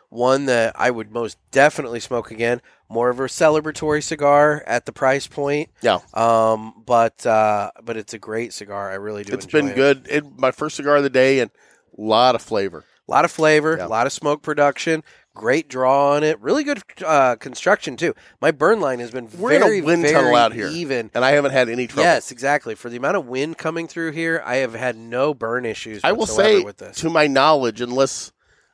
G: one that i would most definitely smoke again more of a celebratory cigar at the price point
D: Yeah.
G: um but uh but it's a great cigar i really do
D: It's
G: enjoy
D: been
G: it.
D: good. It, my first cigar of the day and a lot of flavor.
G: A lot of flavor, a
D: Yeah.
G: lot of smoke production, great draw on it, really good uh, construction too. My burn line has been
D: We're in a
G: very,
D: wind
G: very
D: tunnel out here.
G: even.
D: And I haven't had any trouble.
G: Yes, exactly. For the amount of wind coming through here, I have had no burn issues.
D: I will
G: whatsoever
D: say,
G: with this,
D: to my knowledge, unless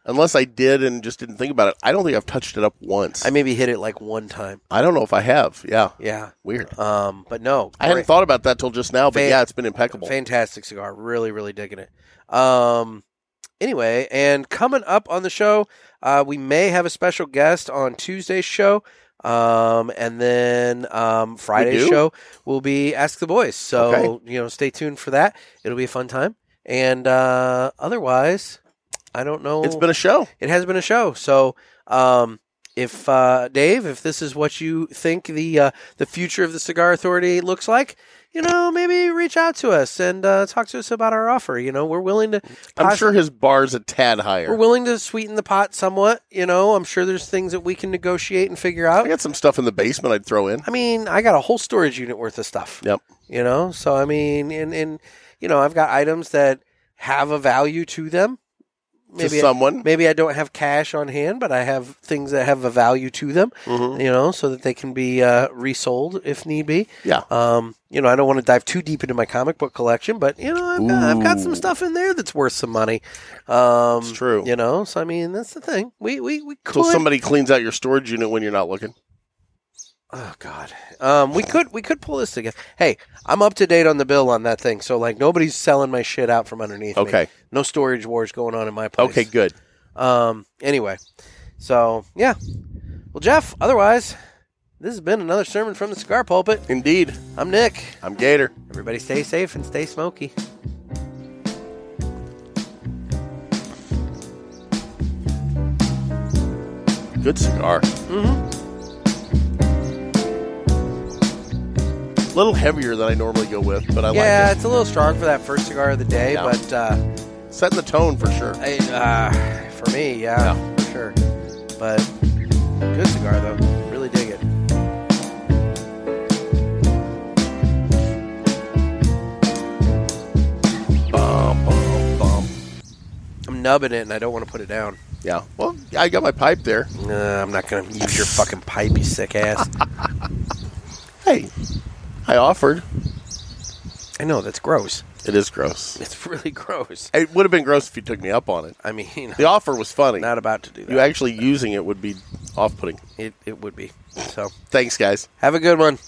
D: unless I did and just didn't think about it, I don't think I've touched it up once.
G: I maybe hit it like one time.
D: I don't know if I have. Yeah,
G: Yeah,
D: weird.
G: um, but no,
D: I hadn't
G: great.
D: thought about that till just now, but
G: Fan-
D: yeah, it's been impeccable.
G: Fantastic cigar. Really, really digging it. Um, anyway, and coming up on the show, uh, we may have a special guest on Tuesday's show. Um, and then um, Friday's
D: do?
G: show will be Ask the Boys. So,
D: Okay.
G: you know, stay tuned for that. It'll be a fun time. And uh, otherwise, I don't know.
D: It's been a show.
G: it has been a show. So, um, if uh, Dave, if this is what you think the uh, the future of the Cigar Authority looks like, you know, maybe reach out to us and uh, talk to us about our offer. You know, we're willing to.
D: I'm
G: possi-
D: sure his bar's a tad higher.
G: we're willing to sweeten the pot somewhat. You know, I'm sure there's things that we can negotiate and figure out.
D: I got some stuff in the basement I'd throw in.
G: I mean, I got a whole storage unit worth of stuff.
D: Yep.
G: You know, so I mean, and and you know, I've got items that have a value to them. Maybe
D: to someone.
G: maybe I don't have cash on hand, but I have things that have a value to them.
D: Mhm.
G: You know, so that they can be uh, resold if need be.
D: Yeah.
G: Um, you know, I don't want to dive too deep into my comic book collection, but you know, I've got, I've got some
D: Ooh.
G: stuff in there that's worth some money. Um,
D: It's true.
G: You know, so I mean, that's the thing. We we we
D: So
G: could.
D: somebody cleans out your storage unit when you're not looking.
G: oh God. Um, we could we could pull this together. Hey, I'm up to date on the bill on that thing, so like nobody's selling my shit out from underneath. me.
D: Okay.
G: No storage wars going on in my place.
D: Okay, good.
G: Um. Anyway, so yeah. Well, Jeff. Otherwise, this has been another sermon from the cigar pulpit.
D: Indeed.
G: I'm Nick.
D: I'm Gator.
G: Everybody, stay safe and stay smoky.
D: Good cigar. Mm-hmm. A little heavier than I normally go with, but I
G: yeah,
D: like
G: it's a little strong for that first cigar of the day,
D: Yeah.
G: but uh,
D: it. Setting the tone for sure.
G: I, uh, for me, yeah, for sure. But good cigar though, really dig it.
D: Bum, bum, bum.
G: I'm nubbing it, and I don't want to put it down.
D: Yeah. Well, yeah, I got my pipe there.
G: Uh, I'm not gonna use your fucking pipe, you sick ass.
D: Hey, I offered.
G: I know that's gross.
D: It is gross.
G: It's really gross.
D: It would have been gross if you took me up on it.
G: I mean,
D: The offer was funny.
G: not about to do that.
D: you actually using it would be off putting.
G: it, it would be. So,
D: Thanks, guys.
G: have a good one.